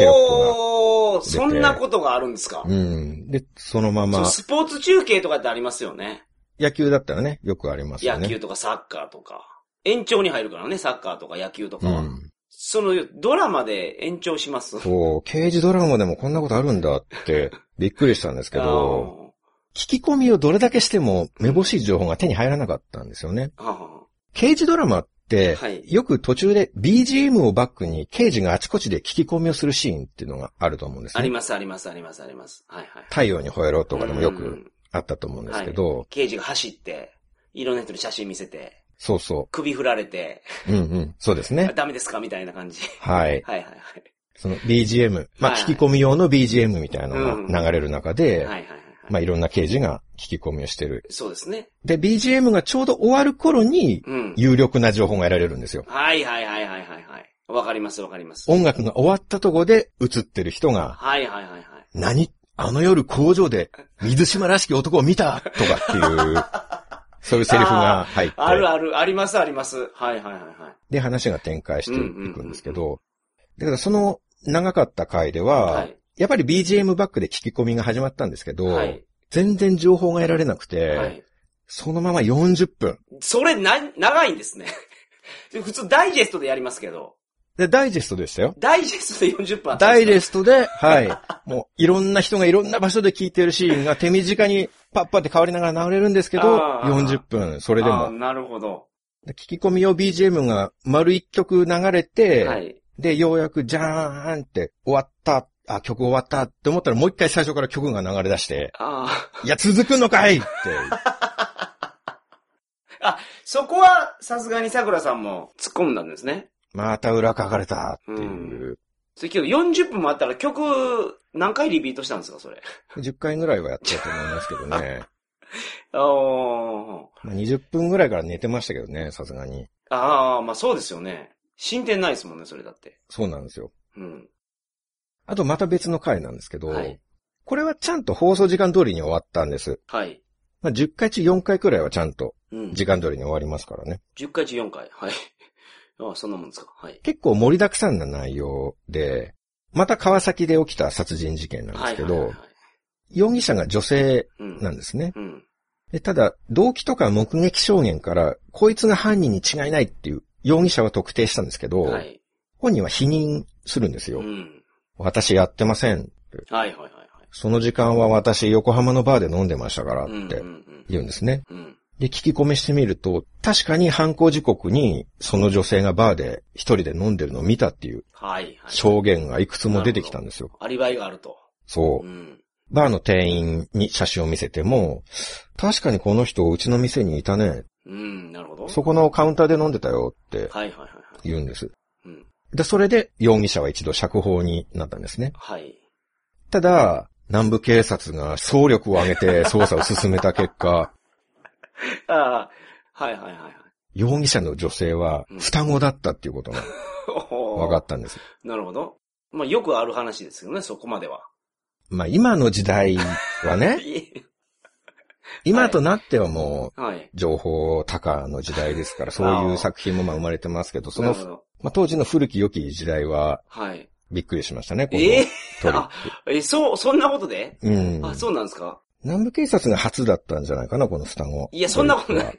[SPEAKER 3] テロ
[SPEAKER 2] おー、
[SPEAKER 3] 出て
[SPEAKER 2] そんなことがあるんですか
[SPEAKER 3] ップ。が。うん。で、そのま
[SPEAKER 2] その
[SPEAKER 3] ま、
[SPEAKER 2] スポーツ中継とかってありますよね。
[SPEAKER 3] 野球だったらね、よくありますよ
[SPEAKER 2] 野
[SPEAKER 3] ね。
[SPEAKER 2] 球とかサッカーとか。延長に入るからね、サッカーとか野球とか
[SPEAKER 3] う
[SPEAKER 2] は。
[SPEAKER 3] ん。
[SPEAKER 2] そのドラマで延長します。
[SPEAKER 3] そう、刑事ドラマでもこんなことあるんだ って、びっくりしたんですけど、聞き込みをどれだけしても、めぼしい情報が手に入らなかったんですよね。
[SPEAKER 2] あーあ
[SPEAKER 3] 刑事ドラマって
[SPEAKER 2] は、い
[SPEAKER 3] よく途中で BGM をバックに刑事があちこちで聞き込みをするシーンっていうのがあると思うんで
[SPEAKER 2] ー
[SPEAKER 3] す
[SPEAKER 2] あり
[SPEAKER 3] ね。
[SPEAKER 2] ます、あります、あります、あります。はいはい。
[SPEAKER 3] 太陽に吠えろとかでもよ
[SPEAKER 2] う
[SPEAKER 3] く
[SPEAKER 2] ん
[SPEAKER 3] あったと思うんですけど、
[SPEAKER 2] 刑事が走って、いろんな人に写真見せて、
[SPEAKER 3] そうそ
[SPEAKER 2] 首振られて、
[SPEAKER 3] う。うんうん。そうですね。
[SPEAKER 2] ダメですかみたいな感じ。
[SPEAKER 3] は
[SPEAKER 2] は
[SPEAKER 3] い。
[SPEAKER 2] いはいは
[SPEAKER 3] その BGM。まあ、
[SPEAKER 2] はい
[SPEAKER 3] 聞き込み用の BGM みたいなのが流れる中
[SPEAKER 2] い。
[SPEAKER 3] で
[SPEAKER 2] は、いはいはい
[SPEAKER 3] ま
[SPEAKER 2] は
[SPEAKER 3] あ、
[SPEAKER 2] い。
[SPEAKER 3] いろんな刑事が聞き込みをしてる。
[SPEAKER 2] そうですね。
[SPEAKER 3] で、BGM がちょうど終わる頃に、
[SPEAKER 2] うん。
[SPEAKER 3] 有力な情報が得られるんですよ。
[SPEAKER 2] はいはいはいはいはいはい。わかりますわかります。
[SPEAKER 3] 音楽が終わったとこで映ってる人が、
[SPEAKER 2] はいはいはいはい。
[SPEAKER 3] 何あの夜工場で水島らしき男を見たとかって いう、そういうセリフが入って、
[SPEAKER 2] あるある、ありますあります。はいはいはいはい。
[SPEAKER 3] で話が展開していくんですけど、だからその長かった回では、
[SPEAKER 2] はい。
[SPEAKER 3] やっぱり BGM バックで聞き込みが始まったんですけど、
[SPEAKER 2] はい。
[SPEAKER 3] 全然情報が得られなくて、
[SPEAKER 2] はい。
[SPEAKER 3] そのまま40分。
[SPEAKER 2] それな、長いんですね。 普通ダイジェストでやりますけど、
[SPEAKER 3] で、ダイジェストでしたよ。
[SPEAKER 2] ダイジェストで40分あったんで
[SPEAKER 3] ダ
[SPEAKER 2] す
[SPEAKER 3] イジェストで、はい。もう、いろんな人がいろんな場所で聞いてるシーンが手短にパッパって変わりながら流れるんですけど、
[SPEAKER 2] あー
[SPEAKER 3] 40分、それで
[SPEAKER 2] あ
[SPEAKER 3] も
[SPEAKER 2] ーなるほど。
[SPEAKER 3] で聞き込み用 BGM が丸一曲流れて、
[SPEAKER 2] はい。
[SPEAKER 3] で、ようやくじゃーんって終わった、あ、曲終わったって思ったらもう一回最初から曲が流れ 出して、
[SPEAKER 2] ああ。
[SPEAKER 3] いや、続く のかいって。
[SPEAKER 2] そこは、さすがに桜さんも突っ込んだんですね。
[SPEAKER 3] また裏書かれたっていう。
[SPEAKER 2] それけど40分もあったら曲何回リピートしたんですか、それ。
[SPEAKER 3] 10回ぐらいはやったと思いますけど ね。
[SPEAKER 2] あー
[SPEAKER 3] まあ20分ぐらいから寝てましたけどね、さすがに。
[SPEAKER 2] あー、まあそうですよね。進展ないですもんね、それだって。
[SPEAKER 3] そうなんですよ。
[SPEAKER 2] うん。
[SPEAKER 3] あとまた別の回なんですけど、
[SPEAKER 2] はい
[SPEAKER 3] これはちゃんと放送時間通りに終わったんです。
[SPEAKER 2] はい。
[SPEAKER 3] まあ、10回中4回くらいはちゃんと
[SPEAKER 2] うん。
[SPEAKER 3] 時間通りに終わりますからね。
[SPEAKER 2] 10回中4回。はい。 ああ、そんなもんですか。はい。
[SPEAKER 3] 結構盛りだくさんな内容で、また川崎で起きた殺人事件なんで
[SPEAKER 2] は
[SPEAKER 3] す
[SPEAKER 2] い。
[SPEAKER 3] け
[SPEAKER 2] はいはい
[SPEAKER 3] ど
[SPEAKER 2] はい、
[SPEAKER 3] 容疑者が女性
[SPEAKER 2] うん。
[SPEAKER 3] なんですね。
[SPEAKER 2] うん。
[SPEAKER 3] でただ、動機とか目撃証言から、こいつが犯人に違いないっていう容疑者は特定したんですけど、
[SPEAKER 2] はい。
[SPEAKER 3] 本人は否認するんです
[SPEAKER 2] う
[SPEAKER 3] よ。
[SPEAKER 2] ん。
[SPEAKER 3] 私やってません。
[SPEAKER 2] はいはいはいはい。
[SPEAKER 3] その時間は私横浜のバーで飲んでましたからっ
[SPEAKER 2] うん。う
[SPEAKER 3] て
[SPEAKER 2] ん。
[SPEAKER 3] 言うんですね。
[SPEAKER 2] うん。
[SPEAKER 3] で、聞き込みしてみると、確かに犯行時刻にその女性がバーで一人で飲んでるのを見たっていう
[SPEAKER 2] はいはい。
[SPEAKER 3] 証言がいくつも出てきたんですよ。
[SPEAKER 2] アリバイがあると。
[SPEAKER 3] そう
[SPEAKER 2] う。ん。
[SPEAKER 3] バーの店員に写真を見せても、確かにこの人うちの店にいたね。
[SPEAKER 2] うん、なるほど。
[SPEAKER 3] そこのカウンターで飲んでたよって
[SPEAKER 2] はいはいはいは
[SPEAKER 3] 言うんです。
[SPEAKER 2] い。うん。
[SPEAKER 3] で、それで容疑者は一度釈放になったんですね。
[SPEAKER 2] はい。
[SPEAKER 3] ただ、南部警察が総力を挙げて捜査を進めた結 果、
[SPEAKER 2] ああ、はいはいはいはい。
[SPEAKER 3] 容疑者の女性は双子だったっていうことが分
[SPEAKER 2] 分
[SPEAKER 3] かったんです。
[SPEAKER 2] なるほど。まあ、よくある話ですよね、そこまでは。
[SPEAKER 3] まあ今の時代はね、
[SPEAKER 2] いえ
[SPEAKER 3] 今となってはもう、
[SPEAKER 2] はい。
[SPEAKER 3] 情報多過の時代ですから、そういう作品もまあ生まれてますけど、そ
[SPEAKER 2] なる
[SPEAKER 3] の、
[SPEAKER 2] ほど。
[SPEAKER 3] まあ当時の古き良き時代は
[SPEAKER 2] はい。
[SPEAKER 3] びっくりしましたね、この
[SPEAKER 2] ええ
[SPEAKER 3] トリッ
[SPEAKER 2] あえ、そう、そんなことで、
[SPEAKER 3] ク。うん。
[SPEAKER 2] あ、そうなんですか
[SPEAKER 3] 南部警察が初だったんじゃないかな、この双子。
[SPEAKER 2] いや、そんなことな。い。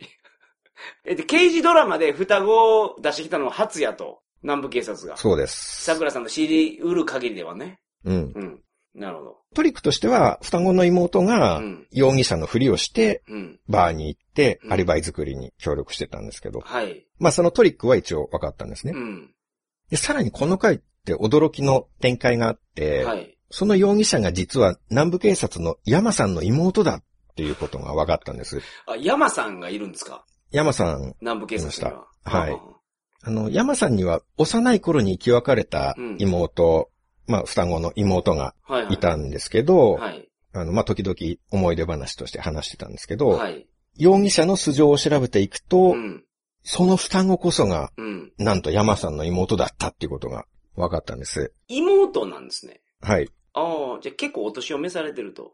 [SPEAKER 2] え、で、刑事ドラマで双子を出してきたのは初やと、南部警察が。
[SPEAKER 3] そうです。
[SPEAKER 2] 桜さんの知り得る限りではね。
[SPEAKER 3] うん。
[SPEAKER 2] うん。なるほど。
[SPEAKER 3] トリックとしては、双子の妹
[SPEAKER 2] う
[SPEAKER 3] が、
[SPEAKER 2] ん。
[SPEAKER 3] 容疑者のふりをして、
[SPEAKER 2] うん。
[SPEAKER 3] バーに行って
[SPEAKER 2] う、ん
[SPEAKER 3] アリバイ作りに協力してたんですけど、
[SPEAKER 2] はい。
[SPEAKER 3] まあそのトリックは一応分かったんですね
[SPEAKER 2] う。ん。
[SPEAKER 3] で、さらにこの回って驚きの展開があって、
[SPEAKER 2] はい。
[SPEAKER 3] その容疑者が実は南部警察の山さんの妹だっていうことが分かったんです。
[SPEAKER 2] あ、山さんがいるんですか
[SPEAKER 3] 山さん、
[SPEAKER 2] 南部警察には。
[SPEAKER 3] いましたはい
[SPEAKER 2] あ
[SPEAKER 3] あの、山さんには幼い頃に生き別れた妹、まあ双子の妹が
[SPEAKER 2] あはい、はい。
[SPEAKER 3] いたんですけど、
[SPEAKER 2] はい。
[SPEAKER 3] あの、まあ時々思い出話として話してたんですけど、
[SPEAKER 2] はい。
[SPEAKER 3] 容疑者の素性を調べていくと、
[SPEAKER 2] うん。
[SPEAKER 3] その双子こそが、
[SPEAKER 2] うん。
[SPEAKER 3] なんと山さんの妹だったっていうことが分かったんです。
[SPEAKER 2] 妹なんですね。
[SPEAKER 3] はい。
[SPEAKER 2] ああ、じゃあ結構お年を召されてると。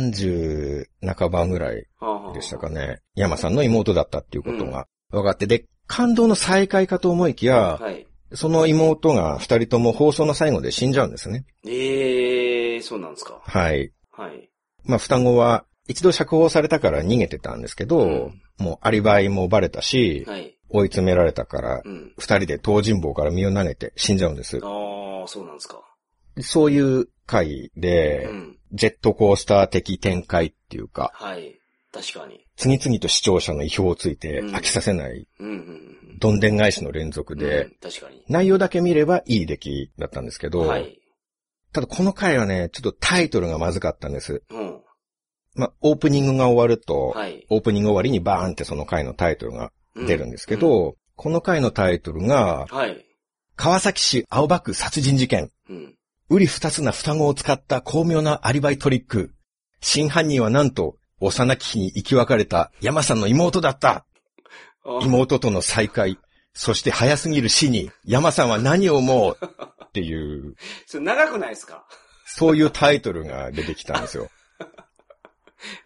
[SPEAKER 3] 30半ばぐらい
[SPEAKER 2] ああ。
[SPEAKER 3] でしたかね。山さんの妹だったっていうことが分かって、で、感動の再会かと思いきや、
[SPEAKER 2] はい。
[SPEAKER 3] その妹が二人とも放送の最後で死んじゃうんですね。
[SPEAKER 2] ええー、そうなんですか。
[SPEAKER 3] はい。
[SPEAKER 2] はい。
[SPEAKER 3] まあ双子は一度釈放されたから逃げてたんですけど、
[SPEAKER 2] うん
[SPEAKER 3] もうアリバイもバレたし、
[SPEAKER 2] はい。
[SPEAKER 3] 追い詰められたから、
[SPEAKER 2] うん。
[SPEAKER 3] 二人で東尋坊から身を投げて死んじゃうんです。
[SPEAKER 2] ああ、そうなんですか。
[SPEAKER 3] そういう回で
[SPEAKER 2] う、ん。
[SPEAKER 3] ジェットコースター的展開っていうか、
[SPEAKER 2] はい。確かに。
[SPEAKER 3] 次々と視聴者の意表をついて
[SPEAKER 2] うん
[SPEAKER 3] 飽きさせない、
[SPEAKER 2] うんうんうん
[SPEAKER 3] どんでん返しの連続
[SPEAKER 2] うん。
[SPEAKER 3] で
[SPEAKER 2] うん、、確かに。
[SPEAKER 3] 内容だけ見ればいい出来だったんですけど、
[SPEAKER 2] はい。
[SPEAKER 3] ただこの回はね、ちょっとタイトルがまずかったんです。
[SPEAKER 2] うん。
[SPEAKER 3] まあ、オープニングが終わると、
[SPEAKER 2] はい。
[SPEAKER 3] オープニング終わりにバーンってその回のタイトルが出るんですけど、この回のタイトルが、
[SPEAKER 2] うん。はい。
[SPEAKER 3] 川崎市青葉区殺人事件、
[SPEAKER 2] うん。
[SPEAKER 3] 瓜二つな双子を使った巧妙なアリバイトリック。真犯人はなんと、幼き日に生き別れた山さんの妹だった。
[SPEAKER 2] あー
[SPEAKER 3] 妹との再会。そして早すぎる死に、山さんは何を思うっていう、
[SPEAKER 2] それ長くないですか
[SPEAKER 3] そういうタイトルが出てきたんですよ。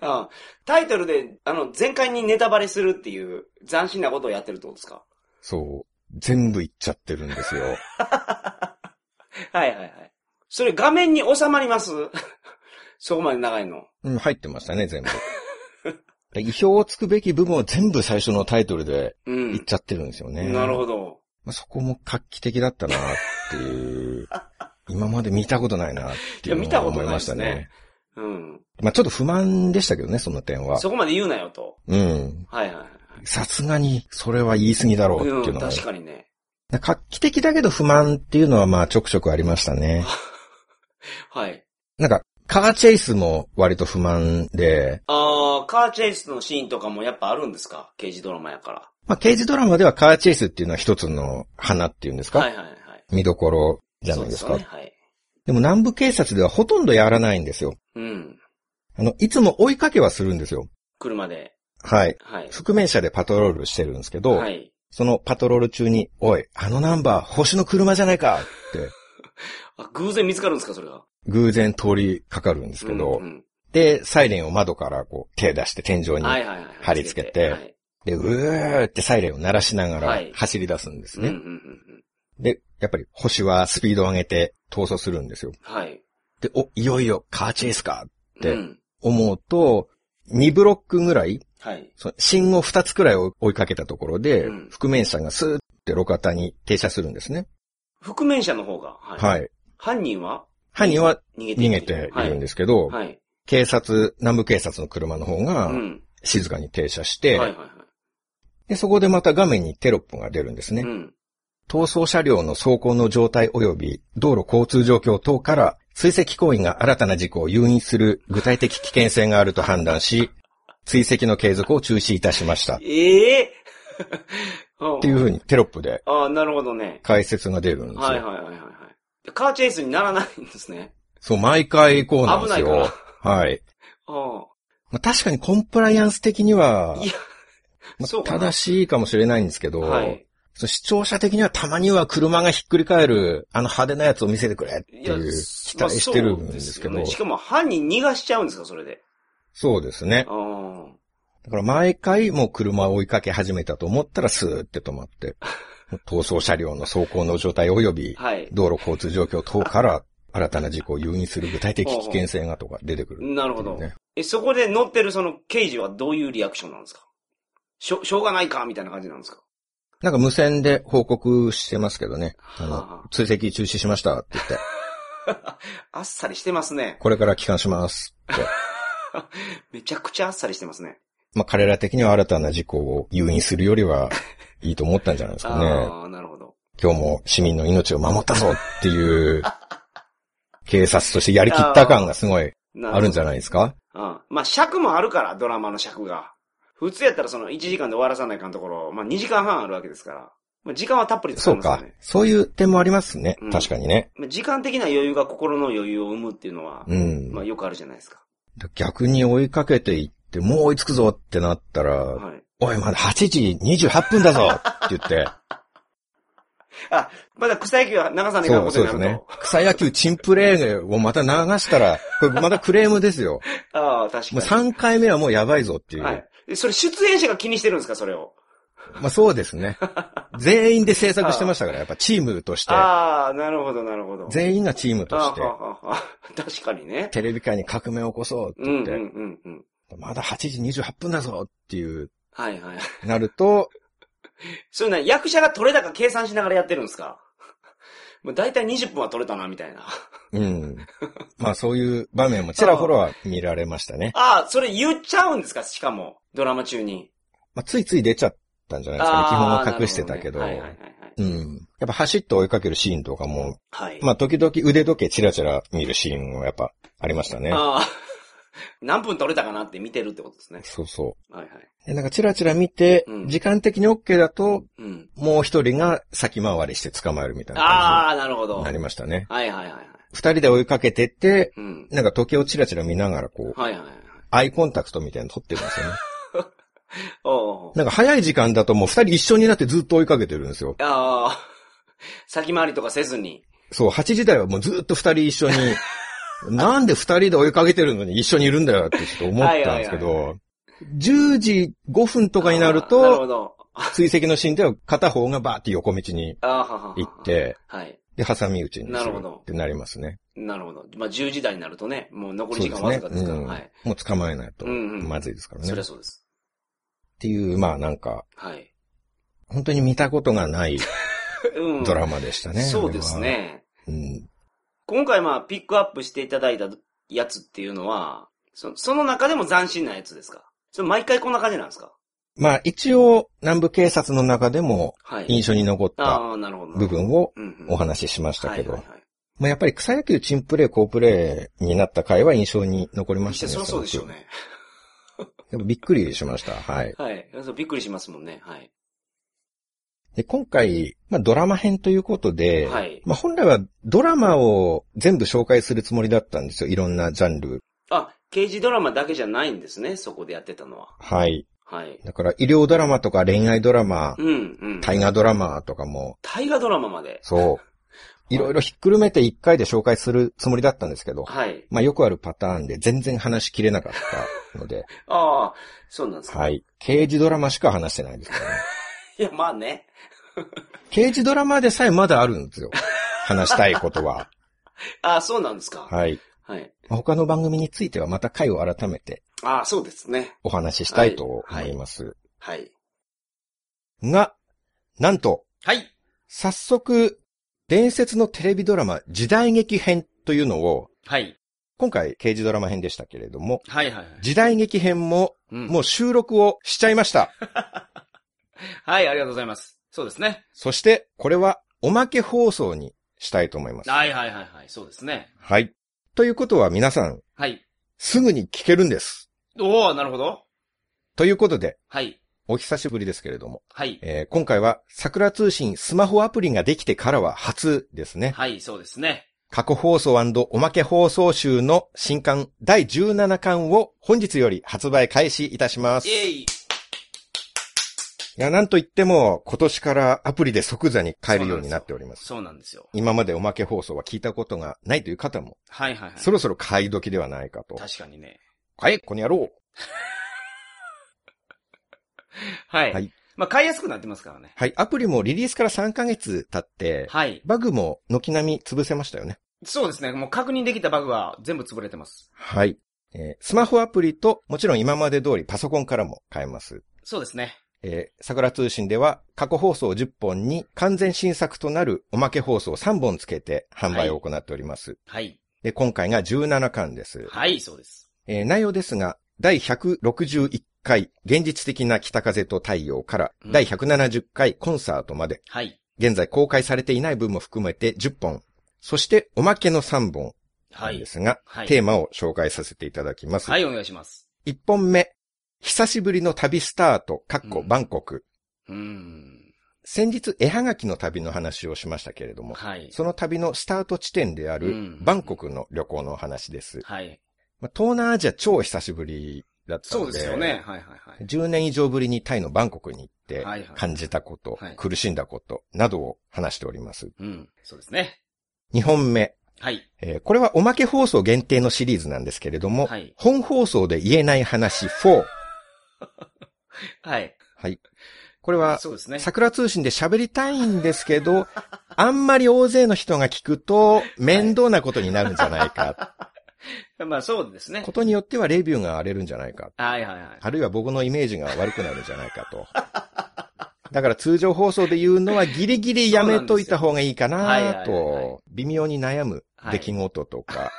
[SPEAKER 2] ああタイトルで、あの、全開にネタバレするっていう斬新なことをやってるってことですか
[SPEAKER 3] そう。全部言っちゃってるんですよ。
[SPEAKER 2] はいはいはい。それ画面に収まります そこまで長いの。
[SPEAKER 3] うん、入ってましたね、全 部。意表をつくべき部分を全部最初のタイトルで
[SPEAKER 2] う
[SPEAKER 3] 言っ
[SPEAKER 2] ん。
[SPEAKER 3] ちゃってるんですよね。
[SPEAKER 2] なるほど。
[SPEAKER 3] まあ、そこも画期的だったなっていう、 今まで見たことないなっていうの
[SPEAKER 2] いや見た
[SPEAKER 3] は
[SPEAKER 2] こと
[SPEAKER 3] 思
[SPEAKER 2] ないいで
[SPEAKER 3] まし
[SPEAKER 2] す
[SPEAKER 3] た
[SPEAKER 2] ね
[SPEAKER 3] ね。
[SPEAKER 2] うん。
[SPEAKER 3] まあちょっと不満でしたけどね、その点は。
[SPEAKER 2] そこまで言うなよと。
[SPEAKER 3] うん。
[SPEAKER 2] はいはいはい。、
[SPEAKER 3] さすがに、それは言い過ぎだろうっていううんのは。
[SPEAKER 2] 確かにね。
[SPEAKER 3] 画期的だけど不満っていうのはまあちょくちょくありまし たね。
[SPEAKER 2] はい。
[SPEAKER 3] なんか、カーチェイスも割と不満で、
[SPEAKER 2] あー、カーチェイスのシーンとかもやっぱあるんですか刑事ドラマやから。
[SPEAKER 3] まあ刑事ドラマではカーチェイスっていうのは一つの花っていうんですか、
[SPEAKER 2] はいはいはい。
[SPEAKER 3] 見どころじゃないですか。
[SPEAKER 2] そう
[SPEAKER 3] で
[SPEAKER 2] ですよね。はい。
[SPEAKER 3] も南部警察ではほとんどやらないんですよ。
[SPEAKER 2] うん。
[SPEAKER 3] あの、いつも追いかけはするんですよ。
[SPEAKER 2] 車で。
[SPEAKER 3] はい。
[SPEAKER 2] はい。
[SPEAKER 3] 覆面車でパトロールしてるんですけど、
[SPEAKER 2] はい。
[SPEAKER 3] そのパトロール中に、おい、あのナンバー、星の車じゃないかって、
[SPEAKER 2] あ、偶然見つかるんですか、それが。
[SPEAKER 3] 偶然通りかかるんですけど、
[SPEAKER 2] うんうん
[SPEAKER 3] で、サイレンを窓からこう、手出して天井に、
[SPEAKER 2] はいはいはい。
[SPEAKER 3] 貼り付けて
[SPEAKER 2] はい
[SPEAKER 3] で、うーってサイレンを鳴らしなが
[SPEAKER 2] は
[SPEAKER 3] ら
[SPEAKER 2] い
[SPEAKER 3] 走り出すんです
[SPEAKER 2] うんう
[SPEAKER 3] ね。
[SPEAKER 2] んうんうん。
[SPEAKER 3] で、やっぱり星はスピードを上げて逃走するんですよ。
[SPEAKER 2] はい。
[SPEAKER 3] で、お、いよいよカーチェイスかで
[SPEAKER 2] うん
[SPEAKER 3] 思うと、2ブロックぐらい、
[SPEAKER 2] はい。
[SPEAKER 3] その信号2つくらいを追いかけたところで、
[SPEAKER 2] うん
[SPEAKER 3] 覆面車がスーって路肩に停車するんですね。
[SPEAKER 2] 覆面者の方が。は。
[SPEAKER 3] はいい。
[SPEAKER 2] 犯人は
[SPEAKER 3] 犯人は
[SPEAKER 2] 逃げて
[SPEAKER 3] 逃げているんですすけど、
[SPEAKER 2] はい。はい
[SPEAKER 3] 警察、南部警察の車の方が
[SPEAKER 2] うん。
[SPEAKER 3] 静かに停車し
[SPEAKER 2] は
[SPEAKER 3] て、
[SPEAKER 2] いはいは
[SPEAKER 3] で、そこでまた画面にテロップが出るんですね。
[SPEAKER 2] い。うん。
[SPEAKER 3] 逃走車両の走行の状態及び道路交通状況等から追跡行為が新たな事故を誘引する具体的危険性があると判断し、追跡の継続を中止いたしました。っ
[SPEAKER 2] ええって
[SPEAKER 3] いう風にテロップで
[SPEAKER 2] ああ、なるほどね。
[SPEAKER 3] 解説が出るんですよ。
[SPEAKER 2] はいはいはいはいはい。カーチェイスにならないんですね。
[SPEAKER 3] そう、毎回こうなんです
[SPEAKER 2] 危ない
[SPEAKER 3] よ。はい。
[SPEAKER 2] あ
[SPEAKER 3] まあ、確かにコンプライアンス的には
[SPEAKER 2] あ。い、や、
[SPEAKER 3] まあ
[SPEAKER 2] そうかな
[SPEAKER 3] 正しいかもしれないんですけど、
[SPEAKER 2] はい。
[SPEAKER 3] その視聴者的にはたまには車がひっくり返る、あの派手なやつを見せてくれって
[SPEAKER 2] い
[SPEAKER 3] い
[SPEAKER 2] や、
[SPEAKER 3] う期
[SPEAKER 2] まあ
[SPEAKER 3] 待してるんですけ
[SPEAKER 2] そう
[SPEAKER 3] ど
[SPEAKER 2] よね、しかも犯人逃がしちゃうんですか、それで。
[SPEAKER 3] そうですね。
[SPEAKER 2] ああ。
[SPEAKER 3] だから毎回もう車を追いかけ始めたと思ったらスーって止 まって、逃走車両の走行の状態及び、
[SPEAKER 2] はい。
[SPEAKER 3] 道路交通状況等から新たな事故を誘引する具体的危険性がとか出てくる、
[SPEAKER 2] なるほど。え、そこで乗ってるその刑事はどういうリアクションなんですかしょ、しょうがないかみたいな感じなんですか
[SPEAKER 3] なんか無線で報告してますけどね。あ
[SPEAKER 2] は
[SPEAKER 3] の、追跡中止しましたって言って、
[SPEAKER 2] あっさりしてますね。
[SPEAKER 3] これから帰還しますって。
[SPEAKER 2] めちゃくちゃあっさりしてますね。
[SPEAKER 3] まあ彼ら的には新たな事故を誘引するよりはいいと思ったんじゃないですかね。
[SPEAKER 2] ああ、なるほど。
[SPEAKER 3] 今日も市民の命を守ったぞっていう、警察としてやりきった感がすごい
[SPEAKER 2] な
[SPEAKER 3] あるんじ
[SPEAKER 2] ゃ
[SPEAKER 3] ゃないですか
[SPEAKER 2] うん。まあ、尺もあるから、ドラマの尺が。普通やったらその1時間で終わらさないかんところ、まあ2時間半あるわけですから。まあ、時間はたっぷり使
[SPEAKER 3] そ
[SPEAKER 2] いうますよ
[SPEAKER 3] か
[SPEAKER 2] ね。。
[SPEAKER 3] そういう点もありますね
[SPEAKER 2] うん。
[SPEAKER 3] 確かにね。
[SPEAKER 2] まあ、時間的な余裕が心の余裕を生むっていうのは、
[SPEAKER 3] うん
[SPEAKER 2] まあ。よくあるじゃないですか。
[SPEAKER 3] 逆に追いかけていって、もう追いつくぞってなったら、
[SPEAKER 2] はい。
[SPEAKER 3] おい、まだ8時28分だぞって言って、
[SPEAKER 2] あ、まだ草野球は流さないかん
[SPEAKER 3] そ
[SPEAKER 2] こ
[SPEAKER 3] う、
[SPEAKER 2] と
[SPEAKER 3] そう
[SPEAKER 2] にな
[SPEAKER 3] です
[SPEAKER 2] る
[SPEAKER 3] ね
[SPEAKER 2] と。。
[SPEAKER 3] 草野球チンプレーをまた流し たら、これまたクレームですよ。
[SPEAKER 2] ああ、確かに。
[SPEAKER 3] もう3回目はもうやばいぞっていう。
[SPEAKER 2] はい。えそれ出演者が気にしてるんですか、それを。
[SPEAKER 3] まあそうです ね。全員で制作してましたから、やっぱチームとして、
[SPEAKER 2] ああ、なるほど、なるほど。
[SPEAKER 3] 全員がチームと
[SPEAKER 2] あ
[SPEAKER 3] して
[SPEAKER 2] ー、ははは確かにね。
[SPEAKER 3] テレビ界に革命を起こそうって
[SPEAKER 2] うん
[SPEAKER 3] 言
[SPEAKER 2] う
[SPEAKER 3] っ
[SPEAKER 2] ん
[SPEAKER 3] て、
[SPEAKER 2] うんうん。
[SPEAKER 3] まだ8時28分だぞっていう、
[SPEAKER 2] はいはい。
[SPEAKER 3] なると、
[SPEAKER 2] そういうのは役者が取れたか計算しながらやってるんですか もう大体20分は取れたな、みたいな。
[SPEAKER 3] うん。まあそういう場面もちらほらは見られましたね。
[SPEAKER 2] ああ、それ言っちゃうんですかしかも、ドラマ中に。
[SPEAKER 3] まあついつい出ちゃったんじゃないですかね。基本
[SPEAKER 2] ああ
[SPEAKER 3] は隠してたけど。
[SPEAKER 2] なるほねはいはいはいはい。
[SPEAKER 3] うん。やっぱ走って追いかけるシーンとかも、
[SPEAKER 2] はい。
[SPEAKER 3] まあ時々腕時計チラチラ見るシーンもやっぱありましたね。
[SPEAKER 2] ああ、 何分取れたかなって見てるってことですね。
[SPEAKER 3] そうそ
[SPEAKER 2] はいはい。
[SPEAKER 3] う。でなんかチラチラ見て
[SPEAKER 2] うん、
[SPEAKER 3] 時間的に OK だと、
[SPEAKER 2] うん。
[SPEAKER 3] もう一人が先回りして捕まえるみたいな感
[SPEAKER 2] ああ、なるほ
[SPEAKER 3] じ
[SPEAKER 2] ど。
[SPEAKER 3] にな
[SPEAKER 2] はい
[SPEAKER 3] りましたね。
[SPEAKER 2] はいはいはい。
[SPEAKER 3] 二人で追いかけてって、
[SPEAKER 2] うん。
[SPEAKER 3] なんか時計をチラチラ見ながらこう、
[SPEAKER 2] はいはいはい。
[SPEAKER 3] アイコンタクトみたいなの撮ってるんですよね。
[SPEAKER 2] おうおう
[SPEAKER 3] なんか早い時間だともう二人一緒になってずっと追いかけてるんですよ。
[SPEAKER 2] ああ、 先回りとかせずに。
[SPEAKER 3] そう、8時台はもうずっと二人 一緒に、なんで二人で追いかけてるのに一緒にいるんだよってちょっと思ったんですけ
[SPEAKER 2] はいはいは
[SPEAKER 3] ど、10時5分とかになる
[SPEAKER 2] あーなるほ
[SPEAKER 3] と、
[SPEAKER 2] ど。
[SPEAKER 3] 追跡のシーンでは片方がバーって横道に
[SPEAKER 2] ああ、はははは
[SPEAKER 3] 行っ。て、
[SPEAKER 2] はい。
[SPEAKER 3] で、挟み撃ちに
[SPEAKER 2] な
[SPEAKER 3] す
[SPEAKER 2] る
[SPEAKER 3] る
[SPEAKER 2] ほど
[SPEAKER 3] ってなりますね。
[SPEAKER 2] なるほど。まあ、10時台になるとね、もう残り
[SPEAKER 3] そう
[SPEAKER 2] 時間
[SPEAKER 3] です
[SPEAKER 2] わ
[SPEAKER 3] ね。
[SPEAKER 2] ずかですから。
[SPEAKER 3] うん
[SPEAKER 2] はい。
[SPEAKER 3] もう捕まえないと、
[SPEAKER 2] うんうん
[SPEAKER 3] まずいですからね。
[SPEAKER 2] そりゃ
[SPEAKER 3] っ
[SPEAKER 2] そうです。
[SPEAKER 3] ていう、まあなんか、
[SPEAKER 2] はい。
[SPEAKER 3] 本当に見たことがない
[SPEAKER 2] うん。
[SPEAKER 3] ドラマでした ね。
[SPEAKER 2] そうですね。
[SPEAKER 3] あれは。うん。
[SPEAKER 2] 今回まあ、ピックアップしていただいたやつっていうのは、そその中でも斬新なやつですかそれ毎回こんな感じなんですか
[SPEAKER 3] まあ一応、南部警察の中でも
[SPEAKER 2] はい。
[SPEAKER 3] 印象に残った
[SPEAKER 2] ああ、なるほど。
[SPEAKER 3] 部分を
[SPEAKER 2] うんうん
[SPEAKER 3] お話ししましたけ
[SPEAKER 2] は
[SPEAKER 3] ど
[SPEAKER 2] い、はいはい
[SPEAKER 3] まあ、やっぱり草野球チンプレー、好プレーになった回は印象に残りました
[SPEAKER 2] 実際
[SPEAKER 3] ね。
[SPEAKER 2] そりゃそうでしょうね。
[SPEAKER 3] すごく。でもびっくりしました。はい。
[SPEAKER 2] はい。そうびっくりしますもんね。はい。
[SPEAKER 3] で、今回、まあ、ドラマ編ということで、
[SPEAKER 2] はい。
[SPEAKER 3] まあ、本来はドラマを全部紹介するつもりだったんですよ。いろんなジャンル。
[SPEAKER 2] あ、刑事ドラマだけじゃないんですね、そこでやってたのは。
[SPEAKER 3] はい。
[SPEAKER 4] はい。
[SPEAKER 3] だから医療ドラマとか恋愛ドラマ、
[SPEAKER 4] うん、うん。
[SPEAKER 3] 大河ドラマとかも、
[SPEAKER 4] 大河ドラマまで。
[SPEAKER 3] そう。いろいろひっくるめて一回で紹介するつもりだったんですけど、
[SPEAKER 4] はい。
[SPEAKER 3] まあよくあるパターンで全然話しきれなかったので、
[SPEAKER 4] ああ、そうなんですか。
[SPEAKER 3] はい。刑事ドラマしか話してないですけどね。
[SPEAKER 4] いや、まあね。
[SPEAKER 3] 刑事ドラマでさえまだあるんですよ。話したいことは。
[SPEAKER 4] ああ、そうなんですか。
[SPEAKER 3] はい。
[SPEAKER 4] はい。
[SPEAKER 3] まあ他の番組についてはまた回を改めて
[SPEAKER 4] ああ、そうですね。
[SPEAKER 3] お話ししたいと思います。
[SPEAKER 4] はい。
[SPEAKER 3] が、なんと、
[SPEAKER 4] はい。
[SPEAKER 3] 早速、伝説のテレビドラマ時代劇編というのを、
[SPEAKER 4] はい。
[SPEAKER 3] 今回刑事ドラマ編でしたけれども、
[SPEAKER 4] はいはい。
[SPEAKER 3] 時代劇編も
[SPEAKER 4] うん
[SPEAKER 3] もう収録をしちゃいました。
[SPEAKER 4] はい、ありがとうございます。そうですね。
[SPEAKER 3] そして、これはおまけ放送にしたいと思います。
[SPEAKER 2] はいはいはいはい、そうですね。
[SPEAKER 3] はい。ということは皆さん、
[SPEAKER 2] はい。
[SPEAKER 3] すぐに聞けるんです。
[SPEAKER 2] おおなるほど。
[SPEAKER 3] ということで、
[SPEAKER 2] はい。
[SPEAKER 3] お久しぶりですけれども、
[SPEAKER 2] はい。
[SPEAKER 3] えー今回は桜通信スマホアプリができてからは初ですね。
[SPEAKER 2] はい、そうですね。
[SPEAKER 3] 過去放送おまけ放送集の新刊第17巻を本日より発売開始いたします。
[SPEAKER 2] イ
[SPEAKER 3] い
[SPEAKER 2] エイ
[SPEAKER 3] や、なんといっても今年からアプリで即座に買えるようになっております。
[SPEAKER 2] そうなんですよ。
[SPEAKER 3] 今までおまけ放送は聞いたことがないという方も、
[SPEAKER 2] はいはいはい。
[SPEAKER 3] そろそろ買い時ではないかと。
[SPEAKER 2] 確かにね。
[SPEAKER 3] はい、ここにやろう。
[SPEAKER 2] はい。
[SPEAKER 3] はい
[SPEAKER 2] まあ、買いやすくなってますからね。
[SPEAKER 3] はい、アプリもリリースから3ヶ月経って、
[SPEAKER 2] はい。
[SPEAKER 3] バグも軒並み潰せましたよね。
[SPEAKER 2] そうですね。もう確認できたバグは全部潰れてます。
[SPEAKER 3] はい。えースマホアプリと、もちろん今まで通りパソコンからも買えます。
[SPEAKER 2] そうですね。
[SPEAKER 3] えー桜通信では過去放送10本に完全新作となるおまけ放送3本つけて販売を行っております。
[SPEAKER 2] はい。
[SPEAKER 3] で、今回が17巻です。
[SPEAKER 2] はい、そうです。
[SPEAKER 3] えー内容ですが、第161回、現実的な北風と太陽から、
[SPEAKER 2] うん
[SPEAKER 3] 第170回コンサートまで、
[SPEAKER 2] はい。
[SPEAKER 3] 現在公開されていない分も含めて10本、そしておまけの3本な
[SPEAKER 2] は
[SPEAKER 3] んで
[SPEAKER 2] い。
[SPEAKER 3] すが、
[SPEAKER 2] はい。
[SPEAKER 3] テーマを紹介させていただきます。
[SPEAKER 2] はい、お願いします。
[SPEAKER 3] 1本目、久しぶりの旅スタート、かっこ
[SPEAKER 2] うん
[SPEAKER 3] バンコク。
[SPEAKER 2] うーん。
[SPEAKER 3] 先日、絵はがきの旅の話をしましたけれども、
[SPEAKER 2] はい。
[SPEAKER 3] その旅のスタート地点であ
[SPEAKER 2] う
[SPEAKER 3] る
[SPEAKER 2] ん、
[SPEAKER 3] バンコクの旅行のお話です。
[SPEAKER 2] はい。
[SPEAKER 3] まあ東南アジア超久しぶりだった
[SPEAKER 2] そ
[SPEAKER 3] の
[SPEAKER 2] う
[SPEAKER 3] で、
[SPEAKER 2] ですよね。はいはい
[SPEAKER 3] 10年以上ぶりにタイのバンコクに行って
[SPEAKER 2] はいはい、
[SPEAKER 3] 感じたこと、
[SPEAKER 2] はい
[SPEAKER 3] 苦しんだことなどを話しております。
[SPEAKER 2] はい。うん。そうですね。
[SPEAKER 3] 2本目、
[SPEAKER 2] はい。
[SPEAKER 3] えーこれはおまけ放送限定のシリーズなんですけれども、
[SPEAKER 2] はい。
[SPEAKER 3] 本放送で言えない話4。
[SPEAKER 2] はい。
[SPEAKER 3] はい。これは、
[SPEAKER 2] そうですね。
[SPEAKER 3] 桜通信で喋りたいんですけど、 あんまり大勢の人が聞くと面倒なことになるんじゃないか。
[SPEAKER 2] まあ、そうですね
[SPEAKER 3] こ。とによってはレビューが荒れるんじゃないか。
[SPEAKER 2] はいはいはい。
[SPEAKER 3] あるいは僕のイメージが悪くなるんじゃないかと。だから通常放送で言うのはギリギリやめといた方がいいか
[SPEAKER 2] はいはい
[SPEAKER 3] な
[SPEAKER 2] はいは
[SPEAKER 3] と、微妙に悩む
[SPEAKER 2] はい
[SPEAKER 3] 出来事とか、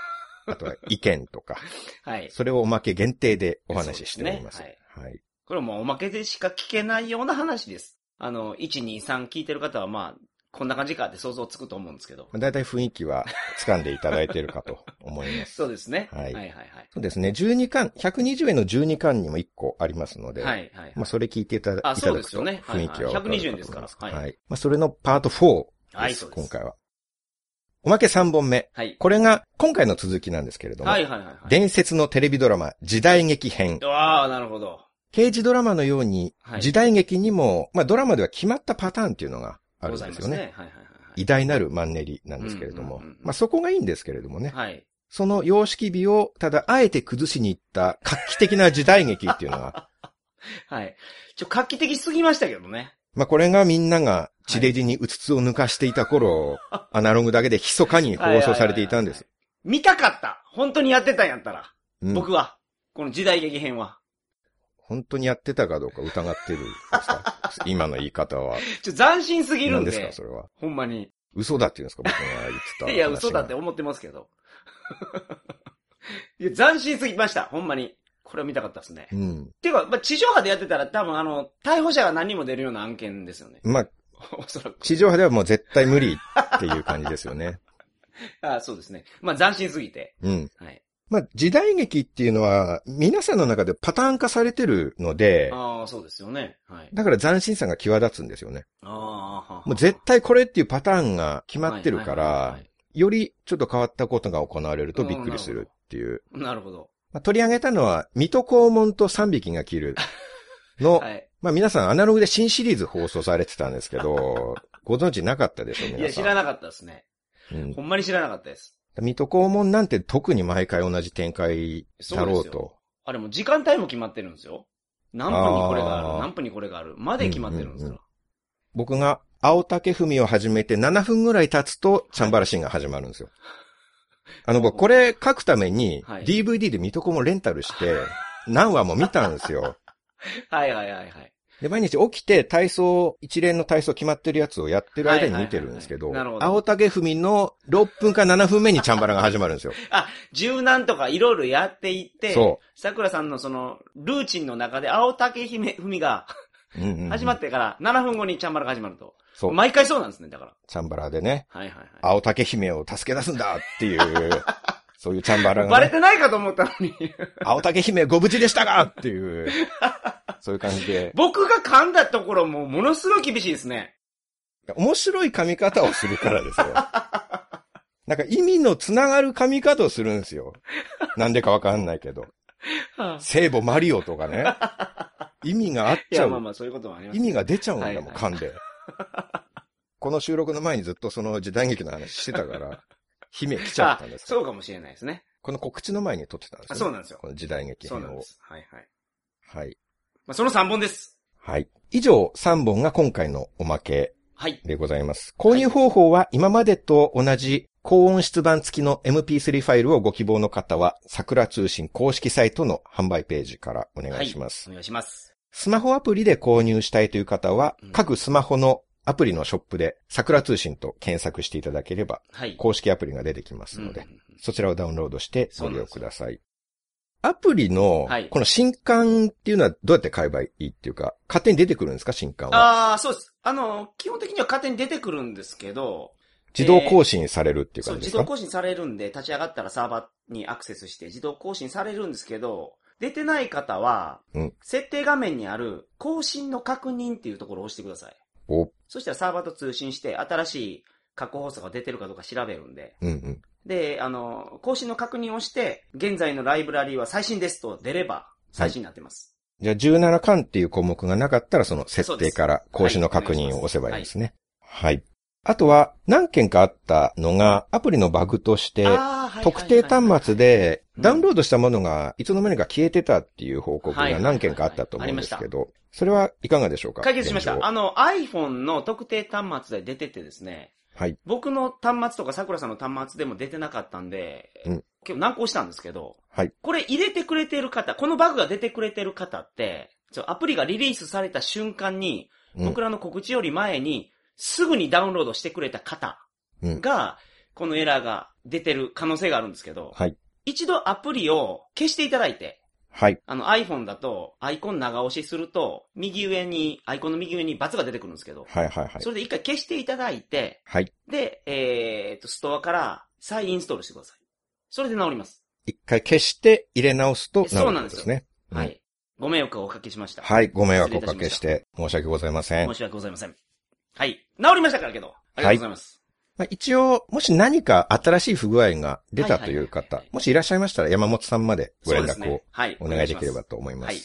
[SPEAKER 3] あとは意見とか、
[SPEAKER 2] はい。
[SPEAKER 3] それをおまけ限定でお話ししております。
[SPEAKER 2] そうです
[SPEAKER 3] はい。
[SPEAKER 2] これもうおまけでしか聞けないような話です。あの、1、2、3聞いてる方はまあ、こんな感じかって想像つくと思うんですけど。
[SPEAKER 3] だいたい雰囲気は掴んでいただいているかと思います。
[SPEAKER 2] そうですね。
[SPEAKER 3] はい
[SPEAKER 2] はいはい
[SPEAKER 3] そうですね。12巻、120円の12巻にも1個ありますので、
[SPEAKER 2] はい。はいはい。
[SPEAKER 3] まあそれ聞いていただいただ
[SPEAKER 2] あ
[SPEAKER 3] く
[SPEAKER 2] そう
[SPEAKER 3] と
[SPEAKER 2] ですよね
[SPEAKER 3] 雰囲気はわかると思います、
[SPEAKER 2] はいはい120円ですから
[SPEAKER 3] は。
[SPEAKER 2] はいい
[SPEAKER 3] まあそれのパート4です、
[SPEAKER 2] はいそうです
[SPEAKER 3] 今回は。おまけ3本目。
[SPEAKER 2] はい。
[SPEAKER 3] これが今回の続きなんですけれども、
[SPEAKER 2] はいはいはいはい。
[SPEAKER 3] 伝説のテレビドラマ時代劇編。
[SPEAKER 2] ああ、なるほど。
[SPEAKER 3] 刑事ドラマのように、
[SPEAKER 2] はい
[SPEAKER 3] 時代劇にも、まあドラマでは決まったパターンっていうのがあるんです
[SPEAKER 2] ござ
[SPEAKER 3] よね。
[SPEAKER 2] いますね。はいはいはい
[SPEAKER 3] 偉大なるマンネリなんですけれども、
[SPEAKER 2] うんうんうんうん
[SPEAKER 3] まあそこがいいんですけれどもね。
[SPEAKER 2] はい。はい。
[SPEAKER 3] その様式美を、ただ、あえて崩しに行った画期的な時代劇っていう のは、
[SPEAKER 2] はい。ちょ、画期的すぎましたけどね。
[SPEAKER 3] まあこれがみんなが地デジにうつつを抜かしていた頃、アナログだけで密かに放送されていたんです。
[SPEAKER 2] 見たかった本当にやってたんやったら。
[SPEAKER 3] うん
[SPEAKER 2] 僕は。この時代劇編は。
[SPEAKER 3] 本当にやってたかどうか疑ってるんですか 今の言い方は。
[SPEAKER 2] ちょ、斬新すぎる
[SPEAKER 3] 何
[SPEAKER 2] ん
[SPEAKER 3] で
[SPEAKER 2] です
[SPEAKER 3] か、それは。
[SPEAKER 2] ほんまに。
[SPEAKER 3] 嘘だって言うんですか、僕が言ってた話が。
[SPEAKER 2] いや、嘘だって思ってますけど。 いや、斬新すぎました。ほんまに。これは見たかったですね。
[SPEAKER 3] うん。。
[SPEAKER 2] ていうか、まあ、地上波でやってたら多分あの、逮捕者が何人も出るような案件ですよね
[SPEAKER 3] まあ、
[SPEAKER 2] おそらく。
[SPEAKER 3] 地上波ではもう絶対無理っていう感じですよね。
[SPEAKER 2] あそうですね。まあ、斬新すぎて。
[SPEAKER 3] うん。
[SPEAKER 2] はい。
[SPEAKER 3] まあ、時代劇っていうのは、皆さんの中でパターン化されてるので、
[SPEAKER 2] ああ、そうですよね。はい。
[SPEAKER 3] だから斬新さが際立つんですよね。
[SPEAKER 2] ああはあ、はあ
[SPEAKER 3] もう絶対これっていうパターンが決まってるか
[SPEAKER 2] はいはい
[SPEAKER 3] ら
[SPEAKER 2] はい、
[SPEAKER 3] よりちょっと変わったことが行われるとびっくりするっていう。
[SPEAKER 2] はいなるほど。
[SPEAKER 3] まあ取り上げたのは、水戸黄門と三匹が切る。の、
[SPEAKER 2] はい。
[SPEAKER 3] まあ皆さんアナログで新シリーズ放送されてたんですけど、ご存知なかったでしょ、皆さん。
[SPEAKER 2] いや、知らなかったですね。
[SPEAKER 3] うん
[SPEAKER 2] ほんまに知らなかったです。
[SPEAKER 3] 水戸黄門なんて特に毎回同じ展開だ
[SPEAKER 2] そ
[SPEAKER 3] ろ
[SPEAKER 2] う
[SPEAKER 3] う
[SPEAKER 2] ですよ
[SPEAKER 3] と。
[SPEAKER 2] あれもう時間帯も決まってるんですよ。何分にこれがあ
[SPEAKER 3] あー
[SPEAKER 2] る、何分にこれがある、まで決まってるんです
[SPEAKER 3] うんうんう
[SPEAKER 2] か
[SPEAKER 3] ん僕が青竹文を始めて7分ぐらい経つとチャンバラシーンが始まるん ですよ。あの僕これ書くために
[SPEAKER 2] はい
[SPEAKER 3] DVD で水戸黄門レンタルして何話も見たんですよ。
[SPEAKER 2] ら。はいはいはいはい。
[SPEAKER 3] で、毎日起きて体操、一連の体操決まってるやつをやってる間
[SPEAKER 2] は
[SPEAKER 3] に
[SPEAKER 2] いはいはいはい
[SPEAKER 3] 見てるんですけど
[SPEAKER 2] なるほ、ど
[SPEAKER 3] 青竹文の6分か7分目にチャンバラが始まるん ですよ。
[SPEAKER 2] 柔軟とかいろいろやっていって、
[SPEAKER 3] そ
[SPEAKER 2] 桜さんのその、ルーチンの中で青竹姫、文が
[SPEAKER 3] う。うんうんうん
[SPEAKER 2] 始まってから7分後にチャンバラが始まると。
[SPEAKER 3] そう。
[SPEAKER 2] 毎回そうなんですね、だから。
[SPEAKER 3] チャンバラでね、
[SPEAKER 2] はいはいは
[SPEAKER 3] 青竹姫を助け出すんだっ ていう、そういうチャンバ
[SPEAKER 2] い。
[SPEAKER 3] ラ
[SPEAKER 2] バ
[SPEAKER 3] が、
[SPEAKER 2] レ
[SPEAKER 3] ね、
[SPEAKER 2] てないかと思ったのに。
[SPEAKER 3] 青竹姫ご無事でしたかっていう、そういう感じで、
[SPEAKER 2] 僕が噛んだところもものすごい厳しいですね。
[SPEAKER 3] 面白い噛み方をするからですよ。なんか意味のつながる噛み方をするんですよ。なんでかわかんないけど。
[SPEAKER 2] はあ
[SPEAKER 3] 聖母マリオとかね。意味があっ
[SPEAKER 2] い
[SPEAKER 3] ちゃ
[SPEAKER 2] や、
[SPEAKER 3] う
[SPEAKER 2] まあまあそういうことはあります
[SPEAKER 3] 意味が出ちゃうんだもん、
[SPEAKER 2] はいはい
[SPEAKER 3] 噛んで。この収録の前にずっとその時代劇の話してたから、姫来ちゃったんです
[SPEAKER 2] あそう
[SPEAKER 3] よ。
[SPEAKER 2] かもしれないですね。
[SPEAKER 3] この告知の前に撮ってたんです
[SPEAKER 2] あ
[SPEAKER 3] よ。
[SPEAKER 2] そうなんですよ
[SPEAKER 3] この時代劇
[SPEAKER 2] そう
[SPEAKER 3] 編
[SPEAKER 2] なん
[SPEAKER 3] を
[SPEAKER 2] で。す。はいはい。
[SPEAKER 3] はい。
[SPEAKER 2] まあその3本です。
[SPEAKER 3] はい。以上3本が今回のおまけ
[SPEAKER 2] はい。
[SPEAKER 3] でございます。購入方法は今までと同じ高音質版付きの MP3 ファイルをご希望の方は、桜通信公式サイトの販売ページからお願いします。
[SPEAKER 2] お願いします。
[SPEAKER 3] スマホアプリで購入したいという方は
[SPEAKER 2] うん、
[SPEAKER 3] 各スマホのアプリのショップで、桜通信と検索していただければ、
[SPEAKER 2] はい。
[SPEAKER 3] 公式アプリが出てきますの
[SPEAKER 2] う
[SPEAKER 3] で
[SPEAKER 2] ん、うんうん
[SPEAKER 3] そちらをダウンロードして
[SPEAKER 2] そう
[SPEAKER 3] ご
[SPEAKER 2] なん
[SPEAKER 3] 利
[SPEAKER 2] です
[SPEAKER 3] 用ください。アプリの
[SPEAKER 2] はい、
[SPEAKER 3] この新刊っていうのはどうやって買えばいいっていうか、勝手に出てくるんですか、新刊は。
[SPEAKER 2] ああ、そうです。あの、基本的には勝手に出てくるんですけど、
[SPEAKER 3] 自動更新されるっていう
[SPEAKER 2] そう、
[SPEAKER 3] 感じで
[SPEAKER 2] 自
[SPEAKER 3] すか
[SPEAKER 2] 動更新されるんで、立ち上がったらサーバーにアクセスして自動更新されるんですけど、出てない方は、
[SPEAKER 3] うん
[SPEAKER 2] 設定画面にある更新の確認っていうところを押してください。
[SPEAKER 3] お、
[SPEAKER 2] そしたらサーバーと通信して、新しい過去放送が出てるかどうか調べるんで、
[SPEAKER 3] うんうん。
[SPEAKER 2] で、あの、更新の確認をして、現在のライブラリーは最新ですと出れば、最新になってます。
[SPEAKER 3] じゃあ17巻っていう項目がなかったら、その設定から更新の確認を押せばいいんですね。はい。あとは、何件かあったのが、アプリのバグとして、
[SPEAKER 2] あーはい
[SPEAKER 3] 特定端末で
[SPEAKER 2] うん
[SPEAKER 3] ダウンロードしたものがいつの間にか消えてたっていう報告
[SPEAKER 2] は
[SPEAKER 3] が
[SPEAKER 2] いはいはい
[SPEAKER 3] 何件かあったと思うんですけど、それはいかがでしょうか
[SPEAKER 2] 解決しました
[SPEAKER 3] 現。状
[SPEAKER 2] あの、iPhone の特定端末で出ててですね、
[SPEAKER 3] はい。
[SPEAKER 2] 僕の端末とか桜さんの端末でも出てなかったんで、
[SPEAKER 3] うん
[SPEAKER 2] 結構難航したんですけど、
[SPEAKER 3] はい
[SPEAKER 2] これ入れてくれてる方、このバグが出てくれてる方って、ちょアプリがリリースされた瞬間に、
[SPEAKER 3] うん
[SPEAKER 2] 僕らの告知より前に、すぐにダウンロードしてくれた方が、このエラーが出てる可能性があるんですけど、
[SPEAKER 3] はい。
[SPEAKER 2] 一度アプリを消していただいて、
[SPEAKER 3] はい。
[SPEAKER 2] あの iPhone だとアイコン長押しすると、右上に、アイコンの右上にバツが出てくるんですけど、
[SPEAKER 3] はいはいはい
[SPEAKER 2] そ。れで一回消していただいて、
[SPEAKER 3] はい。
[SPEAKER 2] で、えー、と、ストアから再インストールしてください。それで治ります。
[SPEAKER 3] 一回消して入れ直すとな
[SPEAKER 2] そう
[SPEAKER 3] る
[SPEAKER 2] なん
[SPEAKER 3] ん
[SPEAKER 2] で
[SPEAKER 3] です
[SPEAKER 2] よ
[SPEAKER 3] すね。うん
[SPEAKER 2] はい。ご迷惑をおかけしました。
[SPEAKER 3] はい。ご迷惑をおかけして申し訳ございません。
[SPEAKER 2] 申し訳ございません。はい。治りましたからけど。ありがとうございます。
[SPEAKER 3] まあ、一応、もし何か新しい不具合が出たという
[SPEAKER 2] はいはいはい
[SPEAKER 3] 方
[SPEAKER 2] はい、
[SPEAKER 3] もしいらっしゃいましたら山本さんまでご
[SPEAKER 2] そう
[SPEAKER 3] 連
[SPEAKER 2] です
[SPEAKER 3] 絡を
[SPEAKER 2] ね。はい。
[SPEAKER 3] お願いできればと思います。
[SPEAKER 2] はい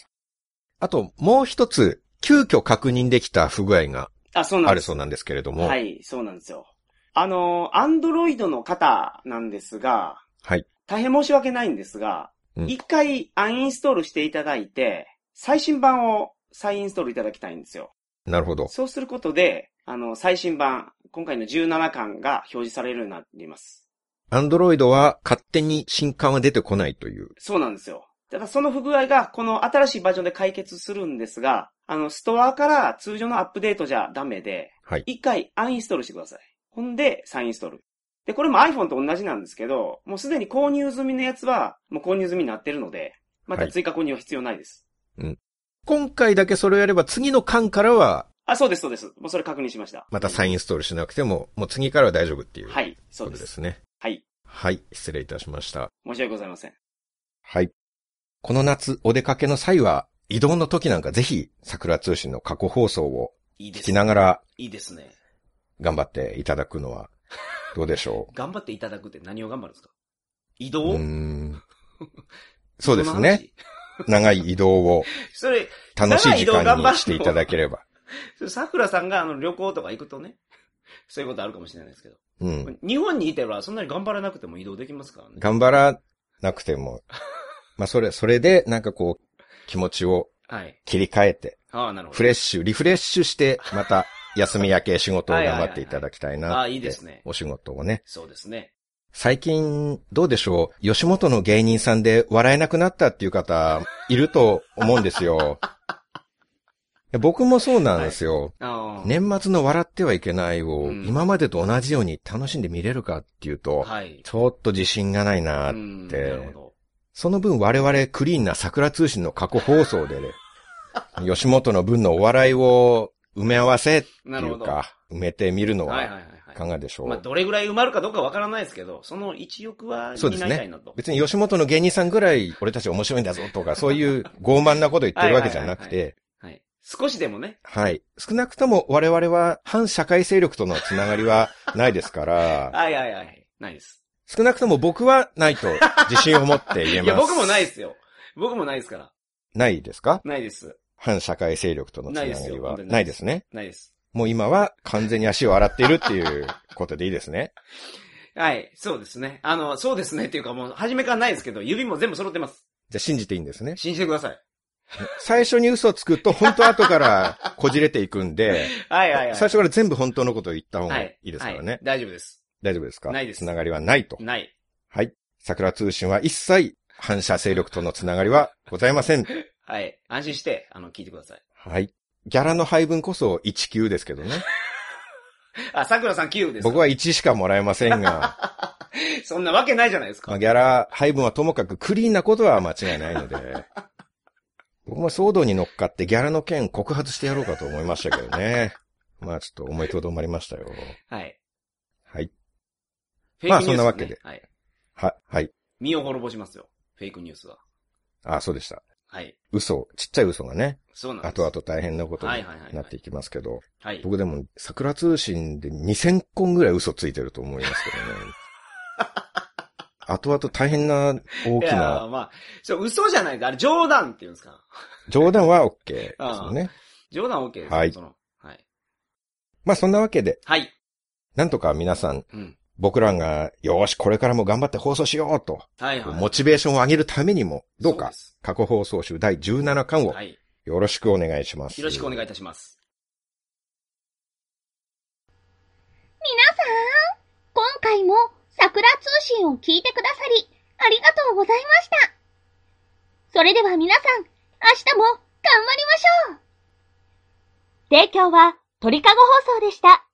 [SPEAKER 3] あと、もう一つ、急遽確認できた不具合が
[SPEAKER 2] あ、そうなんで
[SPEAKER 3] ある
[SPEAKER 2] す
[SPEAKER 3] そうなんですけれども、
[SPEAKER 2] はい、そうなんですよ。あの、アンドロイドの方なんですが、
[SPEAKER 3] はい。
[SPEAKER 2] 大変申し訳ないんですが
[SPEAKER 3] う、ん
[SPEAKER 2] 一、回アンインストールしていただいて、最新版を再インストールいただきたいんですよ。
[SPEAKER 3] なるほど。
[SPEAKER 2] そうすることで、あの、最新版、今回の17巻が表示されるようになります。
[SPEAKER 3] アンドロイドは勝手に新刊は出てこないという。
[SPEAKER 2] そうなんですよ。ただその不具合がこの新しいバージョンで解決するんですが、あの、ストアから通常のアップデートじゃダメで、
[SPEAKER 3] はい。
[SPEAKER 2] 一回アンインストールしてください。ほんで、再インストール。で、これも iPhone と同じなんですけど、もうすでに購入済みのやつは、もう購入済みになってるので、また追加購入は必要ないです。
[SPEAKER 3] 今回だけそれをやれば次の巻からは
[SPEAKER 2] あ、そうです、そうです。もうそれ確認しました。
[SPEAKER 3] また再インストールしなくても、もう次からは大丈夫っていう
[SPEAKER 2] は
[SPEAKER 3] こ
[SPEAKER 2] い、そ
[SPEAKER 3] と
[SPEAKER 2] うで。
[SPEAKER 3] ですすね。
[SPEAKER 2] はい。
[SPEAKER 3] はい。失礼いたしました。
[SPEAKER 2] 申し訳ございません。
[SPEAKER 3] はい。この夏お出かけの際は、移動の時なんかぜひ桜通信の過去放送を
[SPEAKER 2] いいで
[SPEAKER 3] 聞きながら
[SPEAKER 2] いいですね。
[SPEAKER 3] 頑張っていただくの はどうでしょ
[SPEAKER 2] 頑張っていただくって何を頑張るんですか移
[SPEAKER 3] う。
[SPEAKER 2] 動
[SPEAKER 3] うーんそうですね。。長い移動を
[SPEAKER 2] それ、
[SPEAKER 3] 楽しい時間にしていただけ れば。
[SPEAKER 2] 桜さんがあの旅行とか行くとね、そういうことあるかもしれないですけど。
[SPEAKER 3] うん。
[SPEAKER 2] 日本にいてはそんなに頑張らなくても移動できますからね。
[SPEAKER 3] 頑張らなくても、まあそれ、それでなんかこう、気持ちを
[SPEAKER 2] はい。
[SPEAKER 3] 切り替えて、
[SPEAKER 2] ああ、なるほど。
[SPEAKER 3] フレッシュ、リフレッシュして、また休み明け仕事を頑張っていただきたいなって。
[SPEAKER 2] ああ、いいですね。
[SPEAKER 3] お仕事をね。
[SPEAKER 2] そうですね。
[SPEAKER 3] 最近、どうでしょう吉本の芸人さんで笑えなくなったっていう方、いると思うんですよ。 いや僕もそうなんですよ。
[SPEAKER 2] ああ。。
[SPEAKER 3] 年末の笑ってはいけないを、
[SPEAKER 2] うん
[SPEAKER 3] 今までと同じように楽しんで見れるかっていうと、
[SPEAKER 2] はい。
[SPEAKER 3] ちょっと自信がないな、
[SPEAKER 2] うん
[SPEAKER 3] て
[SPEAKER 2] なるほど。
[SPEAKER 3] その分我々クリーンな桜通信の過去放送 でね、吉本の分のお笑いを埋め合わせって
[SPEAKER 2] ないるほ
[SPEAKER 3] う
[SPEAKER 2] ど。
[SPEAKER 3] か、埋めてみるの
[SPEAKER 2] はいはい
[SPEAKER 3] は
[SPEAKER 2] はいいは
[SPEAKER 3] かがでしょ
[SPEAKER 2] い。
[SPEAKER 3] う、
[SPEAKER 2] まあ、どれぐらい埋まるかどうかわからないですけど、その一欲は
[SPEAKER 3] そうです
[SPEAKER 2] 担
[SPEAKER 3] ね
[SPEAKER 2] いたいなと。
[SPEAKER 3] 別に吉本の芸人さんぐらい俺たち面白いんだぞとか、そういう傲慢なこと言ってるわけじゃなくて、
[SPEAKER 2] はい。少しでもね。
[SPEAKER 3] はい。少なくとも我々は反社会勢力とのつながりはないですから、
[SPEAKER 2] はいはいはい。ないです。
[SPEAKER 3] 少なくとも僕はないと自信を持って言えま す。
[SPEAKER 2] いや、僕もないですよ。僕もないですから。
[SPEAKER 3] ないですか
[SPEAKER 2] ないです。
[SPEAKER 3] 反社会勢力とのつながり
[SPEAKER 2] ない
[SPEAKER 3] は
[SPEAKER 2] ですよ
[SPEAKER 3] ないですね。
[SPEAKER 2] ないです。
[SPEAKER 3] もう今は完全に足を洗っているっていうことでいいですね。
[SPEAKER 2] はい。そうですね。あの、そうですね。っていうかもう、初めからないですけど、指も全部揃ってます。
[SPEAKER 3] じゃあ信じていいんですね。
[SPEAKER 2] 信じてください。
[SPEAKER 3] 最初に嘘をつくと本当後からこじれていくんで、
[SPEAKER 2] はいはいはい。
[SPEAKER 3] 最初から全部本当のことを言った方が
[SPEAKER 2] はい
[SPEAKER 3] いですからね。
[SPEAKER 2] はい大丈夫です。
[SPEAKER 3] 大丈夫ですか
[SPEAKER 2] ないです
[SPEAKER 3] つながりはないと。
[SPEAKER 2] ない。
[SPEAKER 3] はい。桜通信は一切反射勢力とのつながりはございません。
[SPEAKER 2] はい。安心して、あの、聞いてください。
[SPEAKER 3] はい。ギャラの配分こそ1級ですけ どね。
[SPEAKER 2] あ、桜さん9ですか。
[SPEAKER 3] 僕は1しかもらえませんが。
[SPEAKER 2] そんなわけないじゃないですか。
[SPEAKER 3] まあ、ギャラ配分はともかくクリーンなことは間違いないので、僕も騒動に乗っかってギャラの件告発してやろうかと思いましたけどね。まあちょっと思いとどまりましたよ。
[SPEAKER 2] はい。
[SPEAKER 3] はい。
[SPEAKER 2] フ
[SPEAKER 3] ま
[SPEAKER 2] ェ
[SPEAKER 3] あ
[SPEAKER 2] イクニュース、ね。
[SPEAKER 3] そんなわけで
[SPEAKER 2] はい。
[SPEAKER 3] は、はい。
[SPEAKER 2] 身を滅ぼしますよ。フェイクニュースは。
[SPEAKER 3] あ、そうでした。
[SPEAKER 2] はい。
[SPEAKER 3] 嘘、ちっちゃい嘘がね、
[SPEAKER 2] そうなんです。
[SPEAKER 3] 後々大変なことに
[SPEAKER 2] はいはいはいはい
[SPEAKER 3] なっていきますけど、
[SPEAKER 2] はい。
[SPEAKER 3] 僕でも桜通信で2000本ぐらい嘘ついてると思いますけどね。 後々大変な大
[SPEAKER 2] い
[SPEAKER 3] き
[SPEAKER 2] やー
[SPEAKER 3] な、
[SPEAKER 2] まあ、そう、嘘じゃないです。あれ、冗談って言うんですか。
[SPEAKER 3] 冗談は OK ですよね。
[SPEAKER 2] 冗談 OK です。
[SPEAKER 3] はい
[SPEAKER 2] そのはい。
[SPEAKER 3] まあそんなわけで、
[SPEAKER 2] はい。
[SPEAKER 3] なんとか皆さん、
[SPEAKER 2] うん。
[SPEAKER 3] 僕らが、よーし、これからも頑張って放送しようと、
[SPEAKER 2] はいはい。
[SPEAKER 3] モチベーションを上げるためにも、どう
[SPEAKER 2] そ
[SPEAKER 3] か、
[SPEAKER 2] です
[SPEAKER 3] 過去放送集第17巻を
[SPEAKER 2] はい。よ
[SPEAKER 3] よろしくお願いします。
[SPEAKER 2] ろしくお願いいたします。
[SPEAKER 5] 皆さん、今回も桜通信を聞いてくださり、ありがとうございました。それでは皆さん、明日も頑張りましょう。提供は鳥かご放送でした。